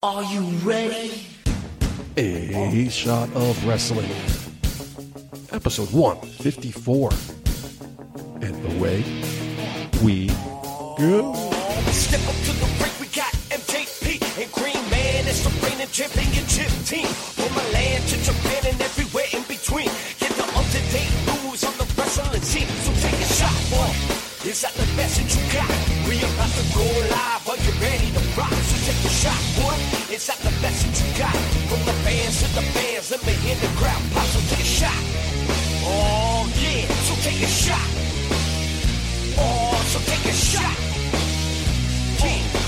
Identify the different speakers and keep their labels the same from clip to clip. Speaker 1: Are you ready?
Speaker 2: A Shot of Wrestling, Episode 154. And away we go.
Speaker 1: Step up to the break, we got MJP and Green Man. It's the reigning championship team. From Milan to Japan and everywhere in between. Get the up-to-date news on the wrestling scene. So take a shot, boy. Is that the best that you got? We about to go live. Are you ready to rock? So take a shot, boy. Is that the best that you got? From the fans to the fans, let me hear the crowd pop. So take a shot. Oh yeah, so take a shot. Oh, so take a shot. Yeah.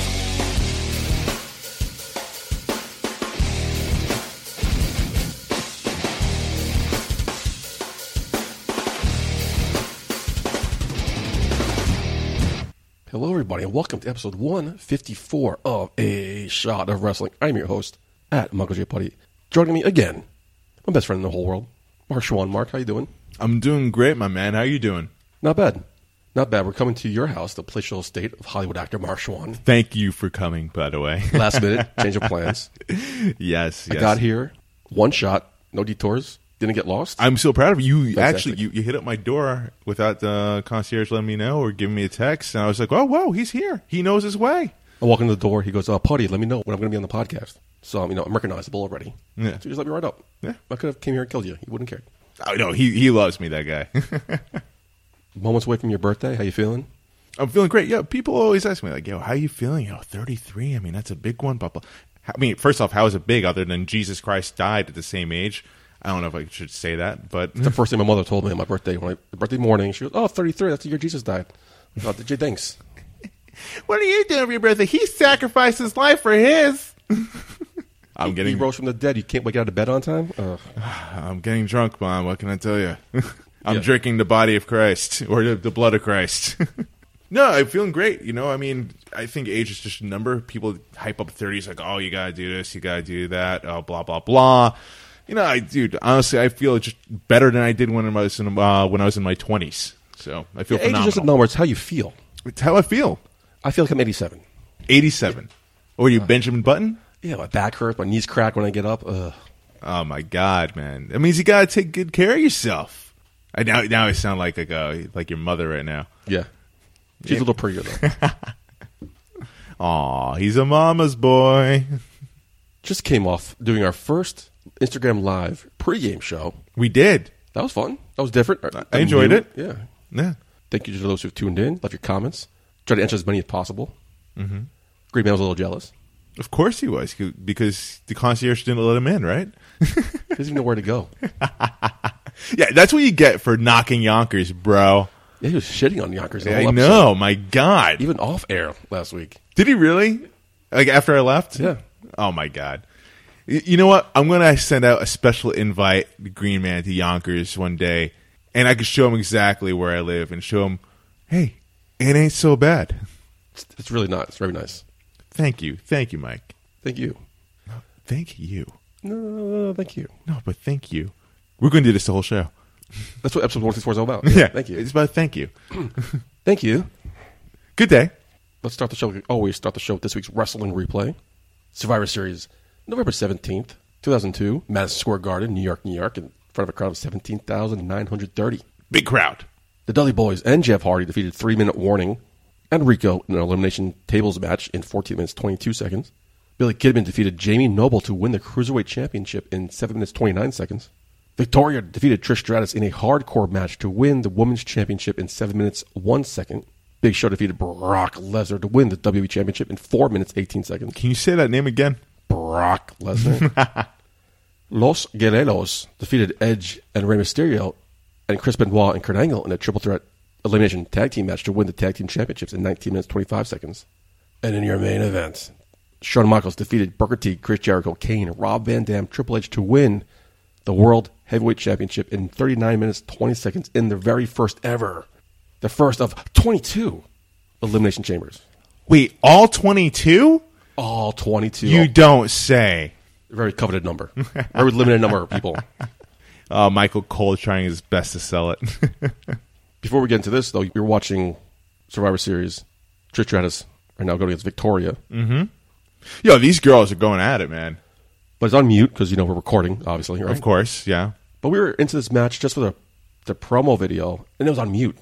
Speaker 2: Hello, everybody, and welcome to Episode 154 of A Shot of Wrestling. I'm your host, at Michael J. Putty. Joining me again, my best friend in the whole world, Mark Schwan. Mark, how you doing?
Speaker 3: I'm doing great, my man. How you doing?
Speaker 2: Not bad. Not bad. We're coming to your house, the palatial estate of Hollywood actor Mark Schwan.
Speaker 3: Thank you for coming, by the way.
Speaker 2: Last minute, change of plans.
Speaker 3: yes, yes.
Speaker 2: I got here, one shot, no detours, didn't get lost.
Speaker 3: I'm so proud of you. You
Speaker 2: Fantastic.
Speaker 3: Actually, you, you hit up my door without the concierge letting me know or giving me a text, and I was like, "Oh, whoa, he's here. He knows his way."
Speaker 2: I walk in the door. He goes, "Uh, Putty, let me know when I'm going to be on the podcast." So you know, I'm recognizable already.
Speaker 3: Yeah.
Speaker 2: So he just let me right up.
Speaker 3: Yeah.
Speaker 2: I could have came here and killed you. He wouldn't care.
Speaker 3: Oh no, he he loves me. That guy.
Speaker 2: Moments away from your birthday. How you feeling?
Speaker 3: I'm feeling great. Yeah, people always ask me like, "Yo, how you feeling?" Yo, 33. I mean, that's a big one. Blah blah. I mean, first off, how is it big? Other than Jesus Christ died at the same age. I don't know if I should say that, but
Speaker 2: The first thing my mother told me on my birthday, when I, the birthday morning, she goes, "Oh, 33. That's the year Jesus died." I thought, "Did you thanks?"
Speaker 3: What are you doing for your birthday? He sacrificed his life for his. I'm
Speaker 2: He
Speaker 3: getting
Speaker 2: rose from the dead. You can't wake out of bed on time. Ugh.
Speaker 3: I'm getting drunk, mom. What can I tell you? I'm
Speaker 2: Yeah.
Speaker 3: drinking the body of Christ or the, the blood of Christ. no, I'm feeling great. You know, I mean, I think age is just a number. People hype up 30s like, oh, you gotta do this, you gotta do that, oh, blah blah blah. You know, I dude, honestly, I feel just better than I did when I was in uh, when I was in my 20s. So I feel
Speaker 2: Age is
Speaker 3: phenomenal.
Speaker 2: just a number. It's how you feel.
Speaker 3: It's how I feel.
Speaker 2: I feel like I'm 87.
Speaker 3: 87. Or you Benjamin Button?
Speaker 2: Yeah, my back hurts. My knees crack when I get up. Ugh.
Speaker 3: Oh my god, man! That means you gotta take good care of yourself. I now now I sound like like uh, like your mother right now.
Speaker 2: Yeah. She's a little prettier though.
Speaker 3: Aw, he's a mama's boy.
Speaker 2: just came off doing our first Instagram live pregame show.
Speaker 3: We did.
Speaker 2: That was fun. That was different.
Speaker 3: I enjoyed it.
Speaker 2: Yeah.
Speaker 3: Yeah,
Speaker 2: Thank you to those who tuned in, left your comments, tried to answer as many as possible. Mm-hmm. Green Man was a little jealous.
Speaker 3: of course he was because the concierge didn't let him in, right?
Speaker 2: He doesn't even know where to go. Yeah,
Speaker 3: yeah, that's what you get for knocking Yonkers, bro.
Speaker 2: he was shitting on Yonkers. the
Speaker 3: I
Speaker 2: whole episode.
Speaker 3: know. My god,
Speaker 2: Even off air last week.
Speaker 3: did he really? Like after I left?
Speaker 2: Yeah.
Speaker 3: Oh my god. Y- You know what? I'm gonna send out a special invite, the Green Man, to Yonkers one day, and I could show him exactly where I live and show him, hey, it ain't so bad.
Speaker 2: It's, it's really not. It's very nice.
Speaker 3: Thank you, thank you, Mike.
Speaker 2: Thank you.
Speaker 3: Thank you.
Speaker 2: No, no, no, no, thank you.
Speaker 3: No, but thank you. We're gonna do this the whole show.
Speaker 2: That's what episode 164 is all about. Thank you.
Speaker 3: It's about thank you.
Speaker 2: Thank you.
Speaker 3: Good day.
Speaker 2: Let's start the show. We always start the show with this week's wrestling replay. Survivor Series, November 17th, 2002, Madison Square Garden, New York, New York, in front of a crowd of 17,930.
Speaker 3: Big crowd.
Speaker 2: The Dudley Boys and Jeff Hardy defeated Three Minute Warning and Rico in an Elimination Tables match in 14 minutes 22 seconds. Billy Kidman defeated Jamie Noble to win the Cruiserweight Championship in 7 minutes 29 seconds. Victoria defeated Trish Stratus in a hardcore match to win the Women's Championship in 7 minutes 1 second. Big Show defeated Brock Lesnar to win the WWE Championship in 4 minutes 18 seconds.
Speaker 3: Can you say that name again?
Speaker 2: Brock Lesnar. Los Guerreros defeated Edge and Rey Mysterio and Chris Benoit and Kurt Angle in a triple threat elimination tag team match to win the tag team championships in 19 minutes 25 seconds. And in your main event, Shawn Michaels defeated Booker T, Chris Jericho, Kane, Rob Van Dam, Triple H to win the World Heavyweight Championship in 39 minutes 20 seconds in their very first ever, the first of 22 elimination chambers.
Speaker 3: Wait, all 22?
Speaker 2: All 22.
Speaker 3: You don't say.
Speaker 2: very coveted number, very limited number of people.
Speaker 3: Uh, Michael Cole trying his best to sell it.
Speaker 2: Before we get into this, though, you're
Speaker 3: Mm.
Speaker 2: watching Survivor Series. Trish Stratus are now going against Victoria. Mm-hmm.
Speaker 3: Yo, these girls are going at it, man.
Speaker 2: But it's on mute because you know we're recording, obviously, right?
Speaker 3: Of course, yeah.
Speaker 2: But we were into this match just for the the promo video, and it was on mute.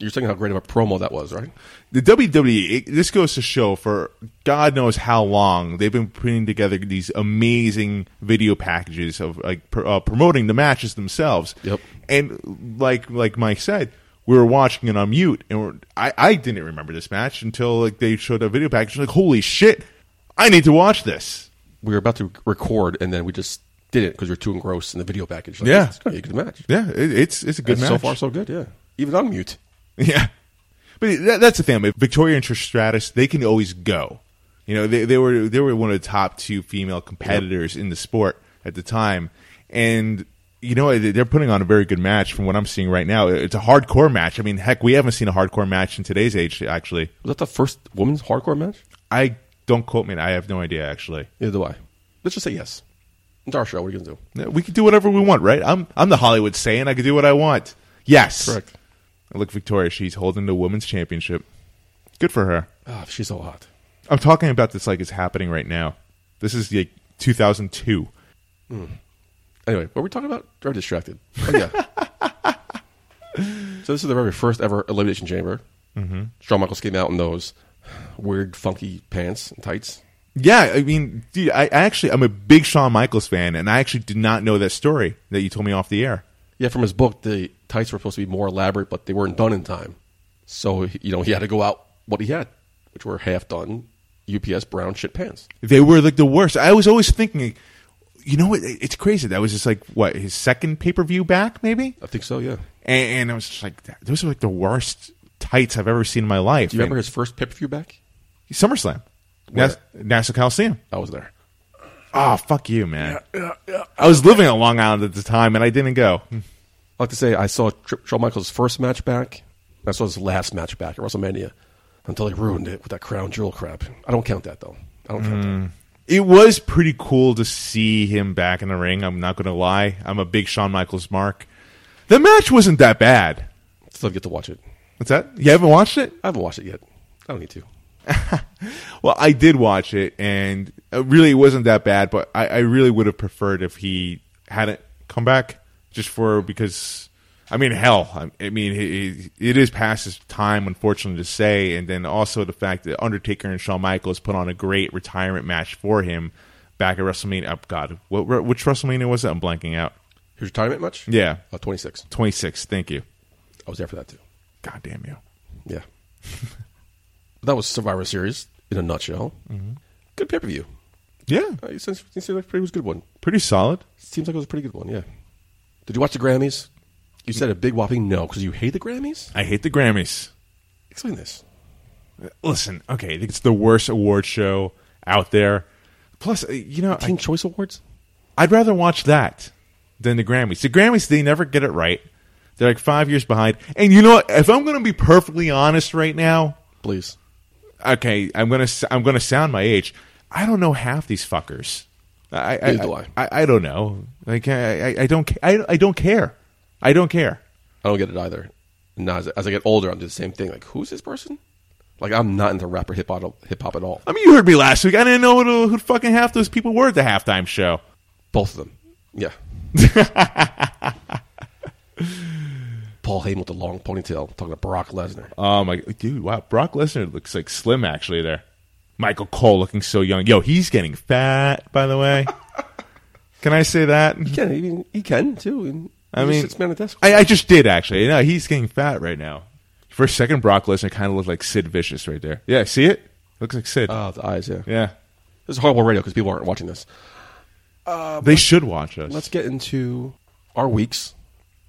Speaker 2: You're saying how great of a promo that was, right?
Speaker 3: The WWE, it, this goes to show for God knows how long they've been putting together these amazing video packages of like pr- uh, promoting the matches themselves.
Speaker 2: Yep.
Speaker 3: And like like Mike said, we were watching it on mute, and we're, I I didn't remember this match until like they showed a video package. Like holy shit, I need to watch this.
Speaker 2: We were about to record, and then we just did it because you're too engrossed in the video package. Like,
Speaker 3: Yeah.
Speaker 2: it's gonna be a good match.
Speaker 3: Yeah, it, it's it's a good
Speaker 2: And
Speaker 3: match
Speaker 2: so far, so good. Yeah, even on mute.
Speaker 3: Yeah. But that, that's the thing. I mean, Victoria and Trish Stratus, they can always go. You know, they, they were they were one of the top two female competitors in the sport at the time, and you know they- they're putting on a very good match from what I'm seeing right now. It's a hardcore match. I mean, heck, we haven't seen a hardcore match in today's age. Actually,
Speaker 2: Was that the first women's hardcore match?
Speaker 3: I don't quote me. I have no idea. Actually,
Speaker 2: Either way, let's just say yes. It's our show. What are you gonna do?
Speaker 3: we could do whatever we want, right? I'm I'm the Hollywood saying I could do what I want. Yes,
Speaker 2: Correct.
Speaker 3: Look, Victoria, she's holding the women's championship. Good for her.
Speaker 2: Ah, she's so hot.
Speaker 3: I'm talking about this like it's happening right now. This is like 2002.
Speaker 2: Anyway, what were we talking about? Very distracted. Oh yeah. so this is the very first ever elimination chamber. Mm-hmm. Shawn Michaels came out in those weird, funky pants and tights.
Speaker 3: Yeah, I mean, dude, I, I actually I'm a big Shawn Michaels fan, and I actually did not know that story that you told me off the air.
Speaker 2: Yeah, from his book, the tights were supposed to be more elaborate, but they weren't done in time. So you know he had to go out what he had, which were half done UPS brown shit pants.
Speaker 3: They were like the worst. I was always thinking, you know what? It's crazy. That was just like what his second pay per view back, maybe.
Speaker 2: I think so. Yeah.
Speaker 3: And, and I was just like, those are like the worst tights I've ever seen in my life.
Speaker 2: Do you remember his first pay per view back?
Speaker 3: And SummerSlam, Nas- Nassau Coliseum?
Speaker 2: I was there.
Speaker 3: Oh, fuck you, man. I was living on Long Island at the time, and I didn't go.
Speaker 2: I like to say I saw Tri- Shawn Michaels' first match back. and I saw his last match back at WrestleMania until he ruined it with that crown jewel crap. I don't count that though. I don't count
Speaker 3: Mm.
Speaker 2: that.
Speaker 3: It was pretty cool to see him back in the ring. I'm not going to lie. I'm a big Shawn Michaels mark. The match wasn't that bad.
Speaker 2: Still get to watch it.
Speaker 3: What's that? You haven't watched it?
Speaker 2: I haven't watched it yet. I don't need to.
Speaker 3: Well, I did watch it, and it really wasn't that bad. But I, I really would have preferred if he hadn't come back, just for because. I mean, hell. I, I mean, he, he, it is past his time, unfortunately, to say. And then also the fact that Undertaker and Shawn Michaels put on a great retirement match for him back at WrestleMania. Oh, God, what, which WrestleMania was that? I'm blanking out.
Speaker 2: Here's retirement much?
Speaker 3: Yeah.
Speaker 2: Uh, 26.
Speaker 3: 26. Thank you.
Speaker 2: I was there for that too.
Speaker 3: God damn you.
Speaker 2: Yeah. that was Survivor Series in a nutshell.
Speaker 3: Mm-hmm.
Speaker 2: Good pay per view.
Speaker 3: Yeah.
Speaker 2: Uh, it seems, it seems like a pretty was a good one.
Speaker 3: Pretty solid.
Speaker 2: Seems like it was a pretty good one. Yeah. Did you watch the Grammys? You said a big whopping no because you hate the Grammys.
Speaker 3: I hate the Grammys.
Speaker 2: Explain this.
Speaker 3: Listen, okay, it's the worst award show out there. Plus, uh, you know,
Speaker 2: Teen
Speaker 3: I,
Speaker 2: Choice Awards.
Speaker 3: I'd rather watch that than the Grammys. The Grammys, they never get it right. They're like five years behind. And you know what? If I'm going to be perfectly honest right now,
Speaker 2: Please.
Speaker 3: okay, I'm gonna s- I'm gonna sound my age. I don't know half these fuckers. I I,
Speaker 2: Neither do I.
Speaker 3: I, I, I don't know. Like I I, I don't ca- I, I don't care. I don't care.
Speaker 2: I don't get it either. Now, as, as I get older, I'm doing the same thing. Like, who's this person? Like, I'm not into rap or hip hop hip hop at all.
Speaker 3: I mean, you heard me last week. I didn't know who, who fucking half those people were at the halftime show.
Speaker 2: Both of them. Yeah. Paul Heyman with the long ponytail talking to Brock Lesnar.
Speaker 3: Oh my dude! Wow, Brock Lesnar looks like slim actually there. Michael Cole looking so young. Yo, he's getting fat. By the way, can I say that?
Speaker 2: He can, he, he can too. And
Speaker 3: I
Speaker 2: he
Speaker 3: mean,
Speaker 2: just sits behind a desk.
Speaker 3: I, I just did actually. No, he's getting fat right now. For a second, Brock Lesnar kind of looked like Sid Vicious right there. Yeah, see it? Looks like Sid.
Speaker 2: Ah, the eyes, yeah.
Speaker 3: yeah,
Speaker 2: This is horrible radio because people aren't watching this.
Speaker 3: they should watch us.
Speaker 2: uh, Let's get into our weeks.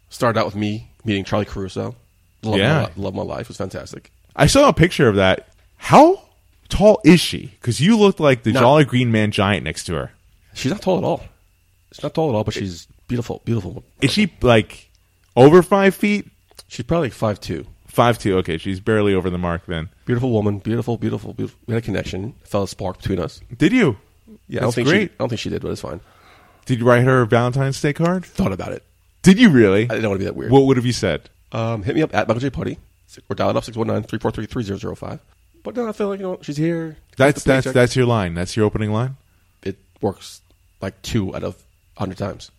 Speaker 2: Started out with me meeting Charlie Caruso. Love,
Speaker 3: Yeah.
Speaker 2: my, love my life. It was fantastic.
Speaker 3: I saw a picture of that. How tall is she? Because you looked like the
Speaker 2: No.
Speaker 3: Jolly Green Man giant next to her.
Speaker 2: She's not tall at all. She's not tall at all, but she's beautiful, beautiful.
Speaker 3: Is she like over five feet?
Speaker 2: She's probably like five two.
Speaker 3: Five two. Okay, she's barely over the mark. Then
Speaker 2: Beautiful woman, beautiful, beautiful, beautiful. We had a connection, fell a spark between us.
Speaker 3: did you?
Speaker 2: Yeah, I don't
Speaker 3: that's
Speaker 2: think
Speaker 3: great.
Speaker 2: She, I don't think she did, but it's fine.
Speaker 3: Did you write her a Valentine's Day card?
Speaker 2: Thought about it.
Speaker 3: Did you really?
Speaker 2: I didn't want to be that weird.
Speaker 3: What would have you said?
Speaker 2: um, hit me up at Michael J Putty or dial it up 619-343-3005. But then I feel like you know she's here.
Speaker 3: That's
Speaker 2: The
Speaker 3: that's
Speaker 2: paycheck.
Speaker 3: that's your line. That's your opening line.
Speaker 2: It works like two out of hundred times.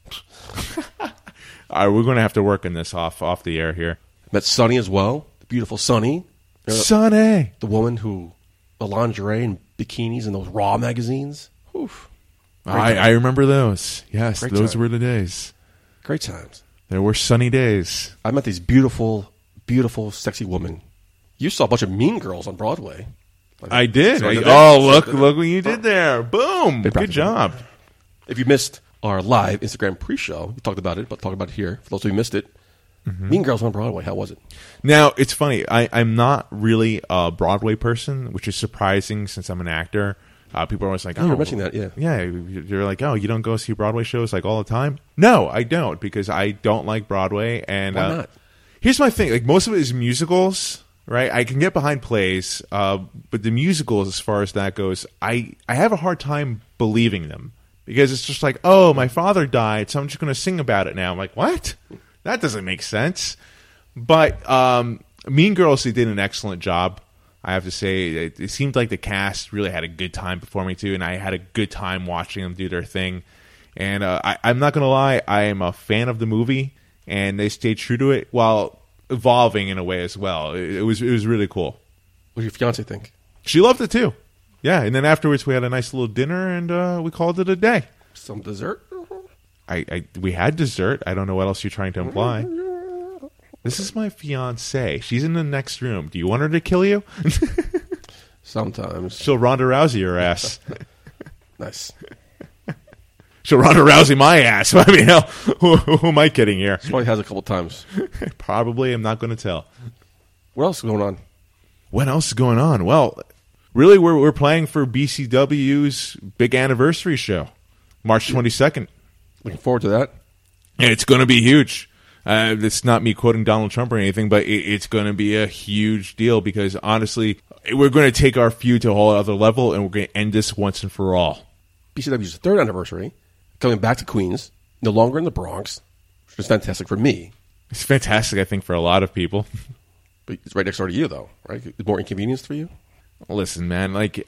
Speaker 3: All right, we're going to have to work on this off off the air here.
Speaker 2: Met Sunny as well. The beautiful Sunny,
Speaker 3: Sonny.
Speaker 2: the woman who the lingerie and bikinis and those raw magazines. Oof,
Speaker 3: I, I remember those. Yes,
Speaker 2: Great
Speaker 3: those
Speaker 2: time.
Speaker 3: were the days.
Speaker 2: great times.
Speaker 3: There were sunny days.
Speaker 2: I met these beautiful, beautiful, sexy women. You saw a bunch of mean girls on Broadway.
Speaker 3: I did.
Speaker 2: So
Speaker 3: I-
Speaker 2: did I.
Speaker 3: oh, look! Look what you did there! Boom! Good
Speaker 2: practical.
Speaker 3: job.
Speaker 2: If you missed our live Instagram pre-show, we talked about it, but talk about it here for those who missed it.
Speaker 3: Mm-hmm.
Speaker 2: Mean Girls on Broadway. How was it?
Speaker 3: Now it's funny. I, I'm not really a Broadway person, which is surprising since I'm an actor. Uh, people are always like, "Oh,
Speaker 2: you were mentioning that, yeah.
Speaker 3: yeah." You're like, "Oh, you don't go see Broadway shows like all the time?" No, I don't because I don't like Broadway. And
Speaker 2: Why
Speaker 3: uh,
Speaker 2: not?
Speaker 3: here's my thing: like most of it is musicals, right? I can get behind plays, uh, but the musicals, as far as that goes, I I have a hard time believing them because it's just like, "Oh, my father died, so I'm just going to sing about it now." I'm like, "What? That doesn't make sense." But um, Mean Girls, they did an excellent job. I have to say, it, it seemed like the cast really had a good time performing too, and I had a good time watching them do their thing. And uh, I, I'm not gonna lie, I am a fan of the movie, and they stayed true to it while evolving in a way as well. It, it was it was really cool.
Speaker 2: What did your fiance think?
Speaker 3: She loved it too, yeah. And then afterwards, we had a nice little dinner, and uh, we called it a day.
Speaker 2: Some dessert?
Speaker 3: I, I we had dessert. I don't know what else you're trying to imply. This is my fiance. She's in the next room. Do you want her to kill you?
Speaker 2: Sometimes.
Speaker 3: She'll Ronda Rousey your ass.
Speaker 2: Nice.
Speaker 3: She'll Ronda Rousey my ass. I mean, hell, who, who am I kidding here?
Speaker 2: Probably has a couple times.
Speaker 3: Probably I'm not going to tell.
Speaker 2: What else is going on?
Speaker 3: What else is going on? Well, really, we're, we're playing for BCW's big anniversary show, March 22nd.
Speaker 2: Looking forward to that.
Speaker 3: And it's going to be huge. Uh, it's not me quoting Donald Trump or anything, but it, it's going to be a huge deal because honestly, we're going to take our feud to a whole other level and we're going to end this once and for all.
Speaker 2: BCW's third anniversary, coming back to Queens, no longer in the Bronx, which is fantastic for me.
Speaker 3: It's fantastic, I think, for a lot of people.
Speaker 2: But it's right next door to you, though, right? It's more inconvenience for you.
Speaker 3: Listen, man, like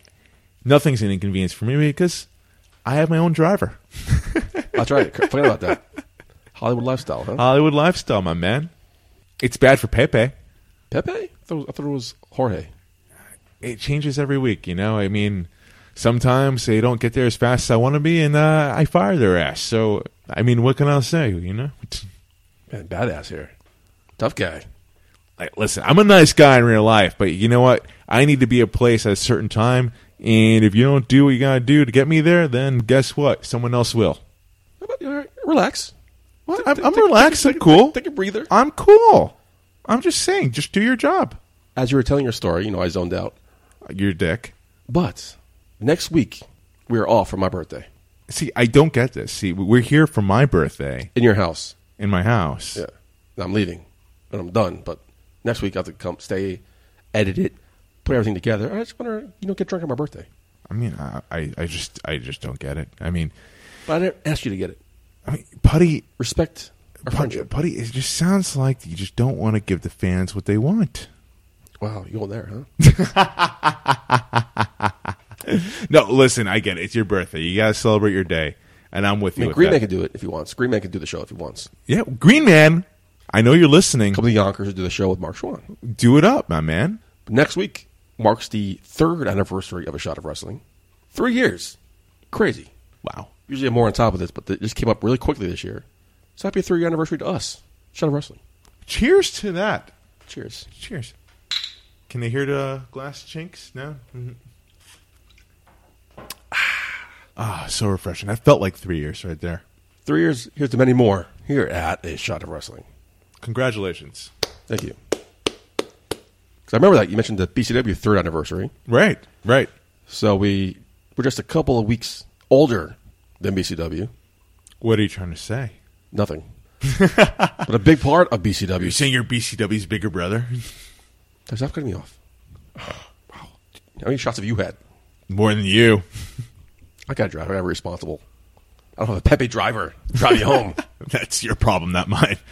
Speaker 3: nothing's an inconvenience for me because I have my own driver.
Speaker 2: That's right. Forget about that. Hollywood lifestyle, huh?
Speaker 3: Hollywood lifestyle, my man. It's bad for Pepe.
Speaker 2: Pepe? I thought, I thought it was Jorge.
Speaker 3: It changes every week, you know. I mean, sometimes they don't get there as fast as I want to be, and uh, I fire their ass. So, I mean, what can I say? You know,
Speaker 2: Man, badass here. Tough guy.
Speaker 3: like, listen, I'm a nice guy in real life, but you know what? I need to be a place at a certain time, and if you don't do what you gotta do to get me there, then guess what? Someone else will.
Speaker 2: How about you? All right, Relax.
Speaker 3: Well,
Speaker 2: Take-
Speaker 3: I'm,
Speaker 2: take-
Speaker 3: I'm
Speaker 2: take-
Speaker 3: relaxed.
Speaker 2: take-
Speaker 3: I'm cool.
Speaker 2: take a breather.
Speaker 3: I'm cool. I'm just saying, just do your job.
Speaker 2: As you were telling your story, you know, I zoned out.
Speaker 3: Your dick.
Speaker 2: But next week, we are off for my birthday
Speaker 3: See, I don't get this. See, we're here for my birthday
Speaker 2: in your house.
Speaker 3: in my house.
Speaker 2: Yeah. And I'm leaving and I'm done. But next week, I have to come stay, edit it, put everything together. I just want to, you know, get drunk on my birthday.
Speaker 3: I mean, I, I, I just, I just don't get it. I mean,
Speaker 2: But I didn't ask you to get it.
Speaker 3: I mean, putty,
Speaker 2: Respect our
Speaker 3: putty,
Speaker 2: friendship.
Speaker 3: putty. It just sounds like you just don't want to give the fans what they want.
Speaker 2: Wow, you going there, huh?
Speaker 3: No, listen, I get it. It's your birthday. You gotta celebrate your day, and I'm
Speaker 2: I
Speaker 3: with you.
Speaker 2: mean,
Speaker 3: with
Speaker 2: Green Man
Speaker 3: that.
Speaker 2: can do it if he wants. Green Man can do the show if he wants.
Speaker 3: yeah, Green Man. I know you're listening.
Speaker 2: Come to Yonkers and do the show with Mark Schwann.
Speaker 3: Do it up, my man.
Speaker 2: But next week marks the third anniversary of A Shot of Wrestling. Three years. Crazy.
Speaker 3: Wow.
Speaker 2: Usually I'm more on top of this, but it just came up really quickly this year. So happy three year anniversary to us. Shot of Wrestling.
Speaker 3: Cheers to that.
Speaker 2: Cheers.
Speaker 3: Cheers. Can they hear the glass chinks? No. Mhm. Ah, so refreshing. That felt like three years right there.
Speaker 2: Three years. Here's to many more here at A Shot of Wrestling.
Speaker 3: Congratulations.
Speaker 2: Thank you. 'Cause I remember that you mentioned the BCW third anniversary.
Speaker 3: Right, right.
Speaker 2: So we were just a couple of weeks older than BCW.
Speaker 3: What are you trying to say?
Speaker 2: Nothing. but a big part of BCW.
Speaker 3: You're saying you're BCW's bigger brother?
Speaker 2: Stop cutting me off. wow. How many shots have you had?
Speaker 3: More than you.
Speaker 2: I got a driver. I'm responsible. I don't have a Pepe driver to drive you home.
Speaker 3: That's your problem, not mine.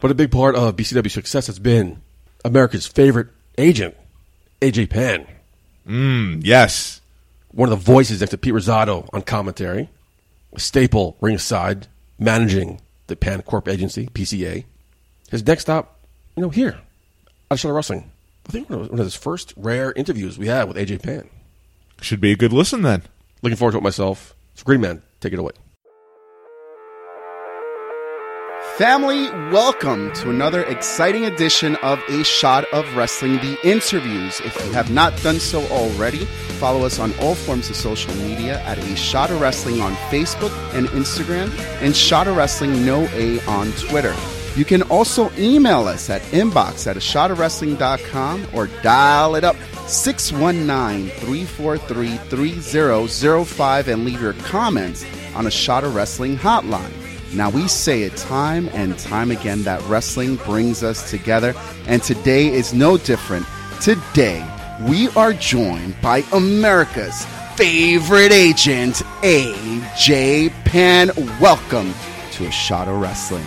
Speaker 2: But a big part of BCW success has been America's favorite agent, AJ Penn,
Speaker 3: Yes.
Speaker 2: one of the voices next to Pete Rosado on commentary, a staple ringside, managing the Pan Corp agency, PCA. His next stop, you know, here, outside of wrestling. I think one of one of his first rare interviews we had with AJ Penn.
Speaker 3: Should be a good listen then.
Speaker 2: Looking forward to it myself. So Green Man, take it away.
Speaker 4: Family, welcome to another exciting edition of A Shot of Wrestling The Interviews. If you have not done so already, follow us on all forms of social media at A Shot of Wrestling on Facebook and Instagram, and Shot of Wrestling No A on Twitter. You can also email us at inbox at ashotofwrestling.com or dial it up 619-343-3005 and leave your comments on a Shot of Wrestling hotline. Now, we say it time and time again that wrestling brings us together, and today is no different. Today, we are joined by America's favorite agent, AJ Penn. Welcome to A Shot of Wrestling.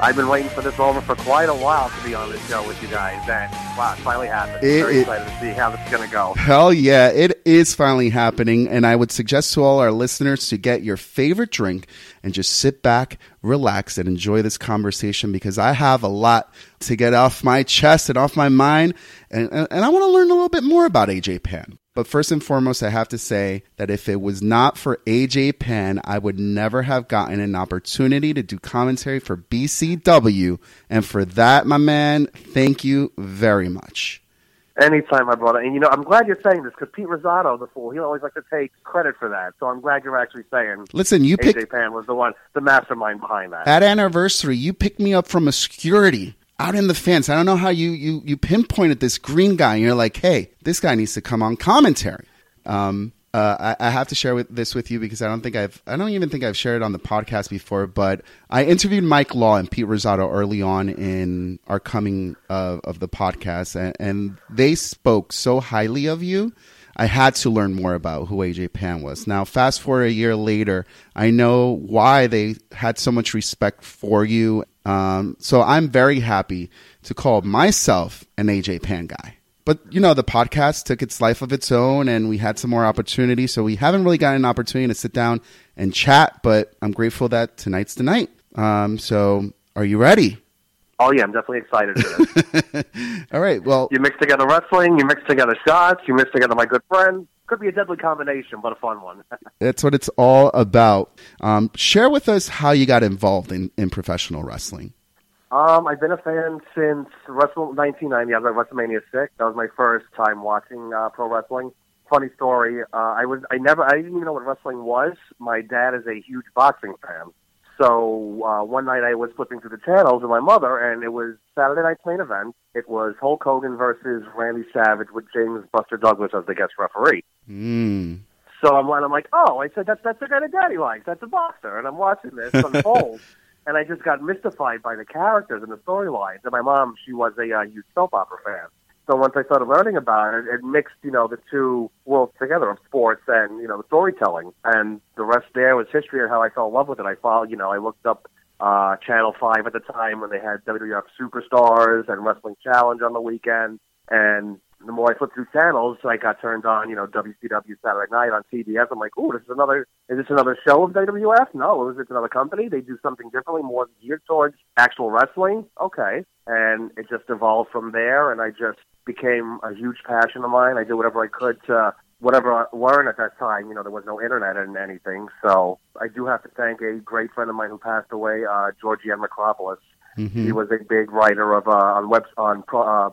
Speaker 5: I've been waiting for this moment for quite a while to be on this show with you guys, and wow, it finally happened.
Speaker 4: It-
Speaker 5: Very
Speaker 4: it-
Speaker 5: excited to see how this is going to go.
Speaker 4: Hell yeah, it is finally happening. And I would suggest to all our listeners to get your favorite drink and just sit back, relax, and enjoy this conversation because I have a lot to get off my chest and off my mind. And, and, and I want to learn a little bit more about AJ Penn. But first and foremost, I have to say that if it was not for AJ Penn, I would never have gotten an opportunity to do commentary for BCW. And for that, my man, thank you very much.
Speaker 5: Anytime I brought it, and you know, I'm glad you're saying this because Pete Rosado, the fool, he always like to take credit for that. So I'm glad you're actually saying
Speaker 4: Listen, you Uh,
Speaker 5: AJ
Speaker 4: picked
Speaker 5: Pan was the one, the mastermind behind that.
Speaker 4: That anniversary, you picked me up from obscurity out in the fence. I don't know how you you you pinpointed this green guy, and you're like, hey, this guy needs to come on commentary. Um, uh, I, I have to share with, this with you because I don't think I've I don't even think I've shared it on the podcast before. But I interviewed Mike Law and Pete Rosado early on in our coming of, of the podcast, and, and they spoke so highly of you. I had to learn more about who AJ Pan was. Now, fast forward a year later, I know why they had so much respect for you. Um, so I'm very happy to call myself an AJ Pan guy. But you know, the podcast took its life of its own, and we had some more opportunities. So we haven't really gotten an opportunity to sit down and chat. But I'm grateful that tonight's the night. Um, so are you ready?
Speaker 5: oh yeah, I'm definitely excited for this.
Speaker 4: All right. Well,
Speaker 5: you mix together wrestling, you mix together shots, you mix together my good friend. Could be a deadly combination, but a fun one.
Speaker 4: that's what it's all about. Um, share with us how you got involved in, in professional wrestling.
Speaker 5: Um, I've been a fan since Wrestle 1990. I was at WrestleMania 6. That was my first time watching uh, pro wrestling. Funny story. Uh, I was I never I didn't even know what wrestling was. My dad is a huge boxing fan. So uh, one night I was flipping through the channels with my mother, and it was Saturday night's main event. It was Hulk Hogan versus Randy Savage with James Buster Douglas as the guest referee.
Speaker 4: Mm.
Speaker 5: So I'm, and I'm like, oh, I said that's that's the guy that Daddy likes. That's a boxer, and I'm watching this unfold, and I just got mystified by the characters and the storylines. And my mom, she was a uh, huge soap opera fan, so once I started learning about it, it mixed you know the two worlds together of sports and you know the storytelling, and the rest there was history and how I fell in love with it. I followed, you know, I looked up uh, Channel Five at the time when they had WWF Superstars and Wrestling Challenge on the weekend, and the more I flipped through channels, I got turned on, you know, WCW Saturday Night on TBS. I'm like, ooh, this is another, is this another show of WWF? No, is this another company? They do something differently, more geared towards actual wrestling? Okay. And it just evolved from there, and I just became a huge passion of mine. I did whatever I could to whatever I learned at that time. You know, there was no internet and anything. So I do have to thank a great friend of mine who passed away, uh, Georgian Macropoulos.
Speaker 4: Mm-hmm.
Speaker 5: He was a big writer of uh, on web on pro- uh,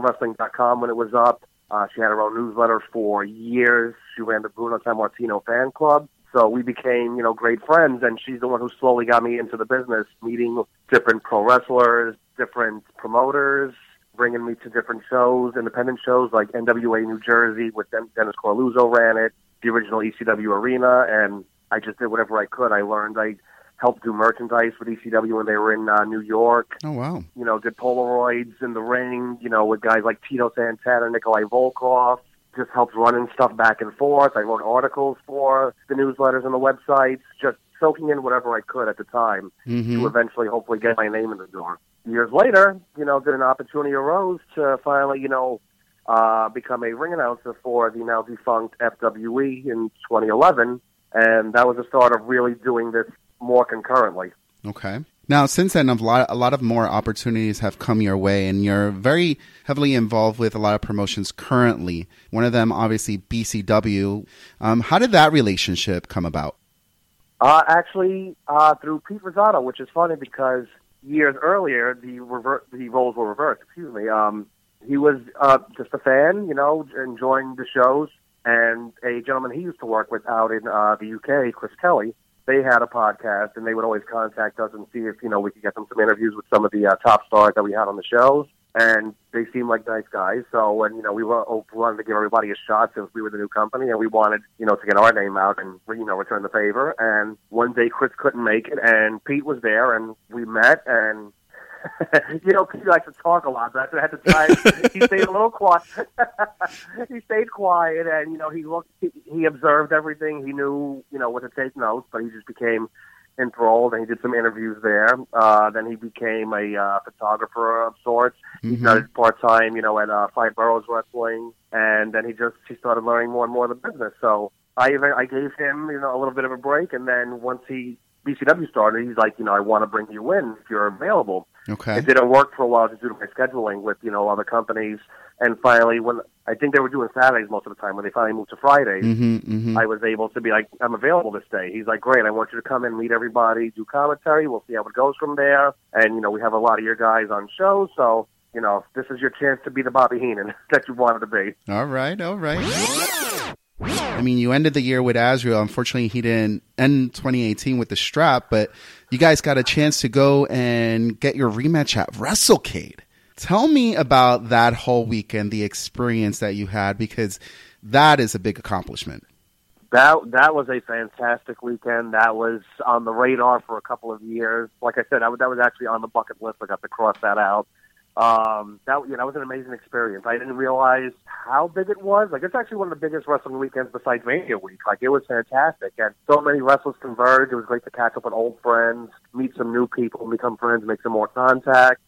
Speaker 5: OneWrestling.com when it was up. Uh, she had her own newsletter for years. She ran the Bruno San Martino fan club. So we became, you know, great friends, and she's the one who slowly got me into the business, meeting different pro wrestlers, different promoters, bringing me to different shows, independent shows like NWA New Jersey with Den- Dennis Corluzzo ran it, the original ECW Arena, and I just did whatever I could. I learned, I helped do merchandise with ECW when they were in uh, New York
Speaker 4: Oh wow.
Speaker 5: you know, did Polaroids in the ring, you know, with guys like Tito Santana, Nikolai Volkov, just helped running stuff back and forth. I wrote articles for the newsletters and the websites, just soaking in whatever I could at the time
Speaker 4: Mm-hmm.
Speaker 5: to eventually hopefully get my name in the door. Years later, you know, did an opportunity arose to finally, you know, uh, become a ring announcer for the now defunct FWE in 2011, and that was the start of really doing this more concurrently.
Speaker 4: Okay. Now, since then, a lot, a lot of more opportunities have come your way, and you're very heavily involved with a lot of promotions currently. One of them, obviously, BCW. Um, how did that relationship come about?
Speaker 5: Uh, actually, uh, through Pete Rosado, which is funny because years earlier the rever- the roles were reversed. Excuse me. Um, he was uh, just a fan, you know, enjoying the shows, and a gentleman he used to work with out in uh, the UK, Chris Kelly. They had a podcast, and they would always contact us and see if you know we could get them some interviews with some of the uh, top stars that we had on the shows. And they seemed like nice guys. So, and you know, we were, oh, we wanted to give everybody a shot since we were the new company, and we wanted you know to get our name out and you know return the favor. And one day Chris couldn't make it, and Pete was there, and we met, and you know, Pete likes to talk a lot, but I had to try. he stayed a little quiet. he stayed quiet, and you know, he looked, he, he observed everything. He knew, you know, what to take notes, but he just became enthralled, and he did some interviews there. Uh, then he became a uh, photographer of sorts.
Speaker 4: Mm-hmm.
Speaker 5: He started part time, you know, at uh, Five Boroughs Wrestling, and then he just he started learning more and more of the business. So I even I gave him, you know, a little bit of a break, and then once he BCW started, he's like, you know, I want to bring you in if you're available.
Speaker 4: Okay.
Speaker 5: It didn't work for a while just due to my scheduling with you know other companies, and finally when I think they were doing Saturdays most of the time, when they finally moved to Fridays,
Speaker 4: hmm hmm
Speaker 5: I was able to be like, I'm available this day. He's like, great, I want you to come in, meet everybody, do commentary. We'll see how it goes from there. And you know, we have a lot of your guys on shows, so you know, this is your chance to be the Bobby Heenan that you wanted to be.
Speaker 4: All right. All right. I mean, you ended the year with Azrael. Unfortunately, he didn't end 2018 with the strap, but you guys got a chance to go and get your rematch at WrestleCade. Tell me about that whole weekend, the experience that you had, because that is a big accomplishment.
Speaker 5: That that was a fantastic weekend. That was on the radar for a couple of years. Like I said, I, was- that was actually on the bucket list. I got to cross that out. Um, that you know, that was an amazing experience. I didn't realize how big it was. Like it's actually one of the biggest wrestling weekends besides Mania Week. Like it was fantastic, and so many wrestlers converged. It was great to catch up with old friends, meet some new people, become friends, make some more contacts.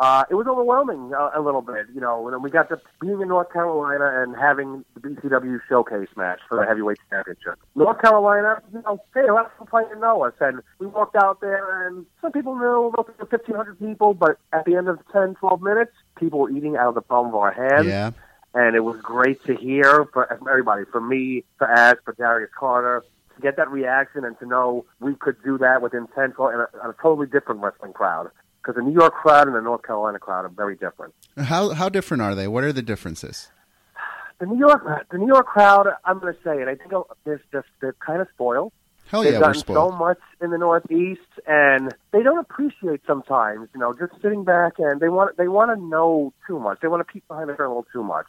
Speaker 5: Uh, it was overwhelming uh, a little bit, you know. And then we got to being in North Carolina and having the BCW showcase match for the heavyweight championship. North Carolina, you know, hey, a lot of people playing know us, and we walked out there, and some people knew about fifteen hundred people, but at the end of 10, 12 minutes, people were eating out of the palm of our hands
Speaker 4: Yeah.
Speaker 5: and it was great to hear for from everybody, for me, for Ash, for Darius Carter, to get that reaction and to know we could do that with intent and a, and a totally different wrestling crowd. Because the New York crowd and the North Carolina crowd are very different.
Speaker 4: How how different are they? What are the differences?
Speaker 5: The New York, the New York crowd, I'm going to say it. I think they're, they're, they're kind of spoiled.
Speaker 4: Hell Oh,
Speaker 5: They've
Speaker 4: yeah, we're
Speaker 5: gotten so
Speaker 4: spoiled.
Speaker 5: much in the Northeast, and they don't appreciate sometimes. You know, just sitting back and they want they want to know too much. They want to peek behind the curtain a little too much.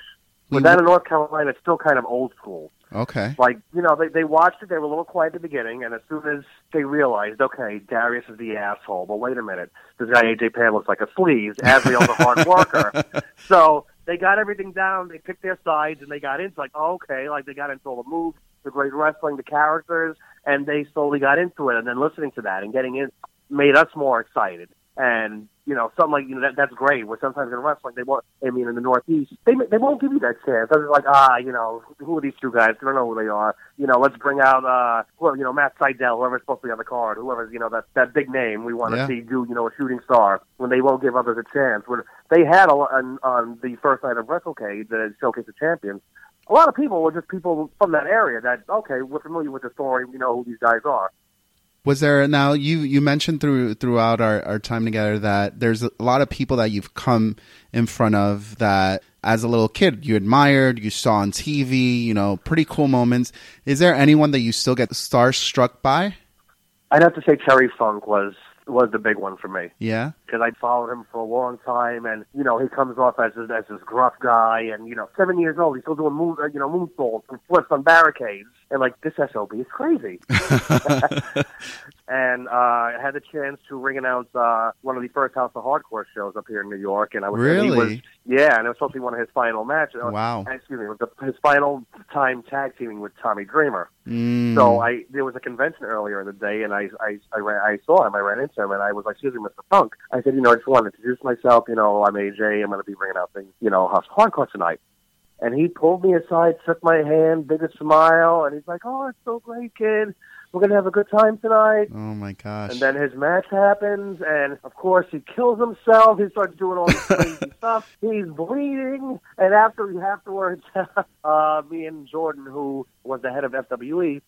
Speaker 5: With that in North Carolina, it's still kind of old school.
Speaker 4: Okay.
Speaker 5: like you know they they watched it they were a little quiet at the beginning and as soon as they realized okay darius is the asshole but wait a minute this guy aj pan looks like a sleaze asriel's a hard worker so they got everything down they picked their sides and they got into like okay like they got into all the moves the great wrestling the characters and they slowly got into it and then listening to that and getting in made us more excited and you know, something like you know that, that's great. Where sometimes in wrestling they won't. I mean, in the Northeast, they they won't give you that chance. I was like, ah, you know, who are these two guys? I don't know who they are. You know, let's bring out uh, well, you know, Matt Seidel, whoever's supposed to be on the card, whoever's you know that that big name we want to
Speaker 4: Yeah.
Speaker 5: see do you know a shooting star. When they won't give others a chance, when they had a, lot on, on the first night of WrestleCade, the Showcase of Champions, a lot of people were just people from that area that okay, we're familiar with the story, we know who these guys are.
Speaker 4: Was there now you you mentioned through throughout our, our time together that there's a lot of people that you've come in front of that as a little kid you admired, you saw on TV, you know, pretty cool moments. Is there anyone that you still get starstruck by?
Speaker 5: I'd have to say Terry Funk was was the big one for me.
Speaker 4: Yeah.
Speaker 5: because I followed him for a long time, and you know he comes off as this, as this gruff guy, and you know seven years old, he's still doing moon, uh, you know moonsaults and flips on barricades, and like this sob is crazy. and uh, I had the chance to ring announce uh, one of the first House of Hardcore shows up here in New York, and I was and he was- uh,
Speaker 4: Really?
Speaker 5: yeah, and it was supposed to be one of his final matches.
Speaker 4: Wow.
Speaker 5: Excuse me, it was the, his final time tag teaming with Tommy Dreamer.
Speaker 4: Mm.
Speaker 5: So I there was a convention earlier in the day, and I I I, ran, I saw him. I ran into him, and I was like, "Excuse me, Mr. Punk." I said, "You know, I just wanted to introduce myself. You know, I'm AJ. I'm going to be bringing out the you know House of Hardcore tonight." And he pulled me aside, shook my hand, biggest smile, and he's like, "Oh, it's so great, kid. We're gonna have a good time tonight."
Speaker 4: Oh my gosh.
Speaker 5: And then his match happens, and of course he kills himself. He starts doing all this crazy stuff. He's bleeding, and after afterwards, uh, me and Jordan, who was the head of FWE,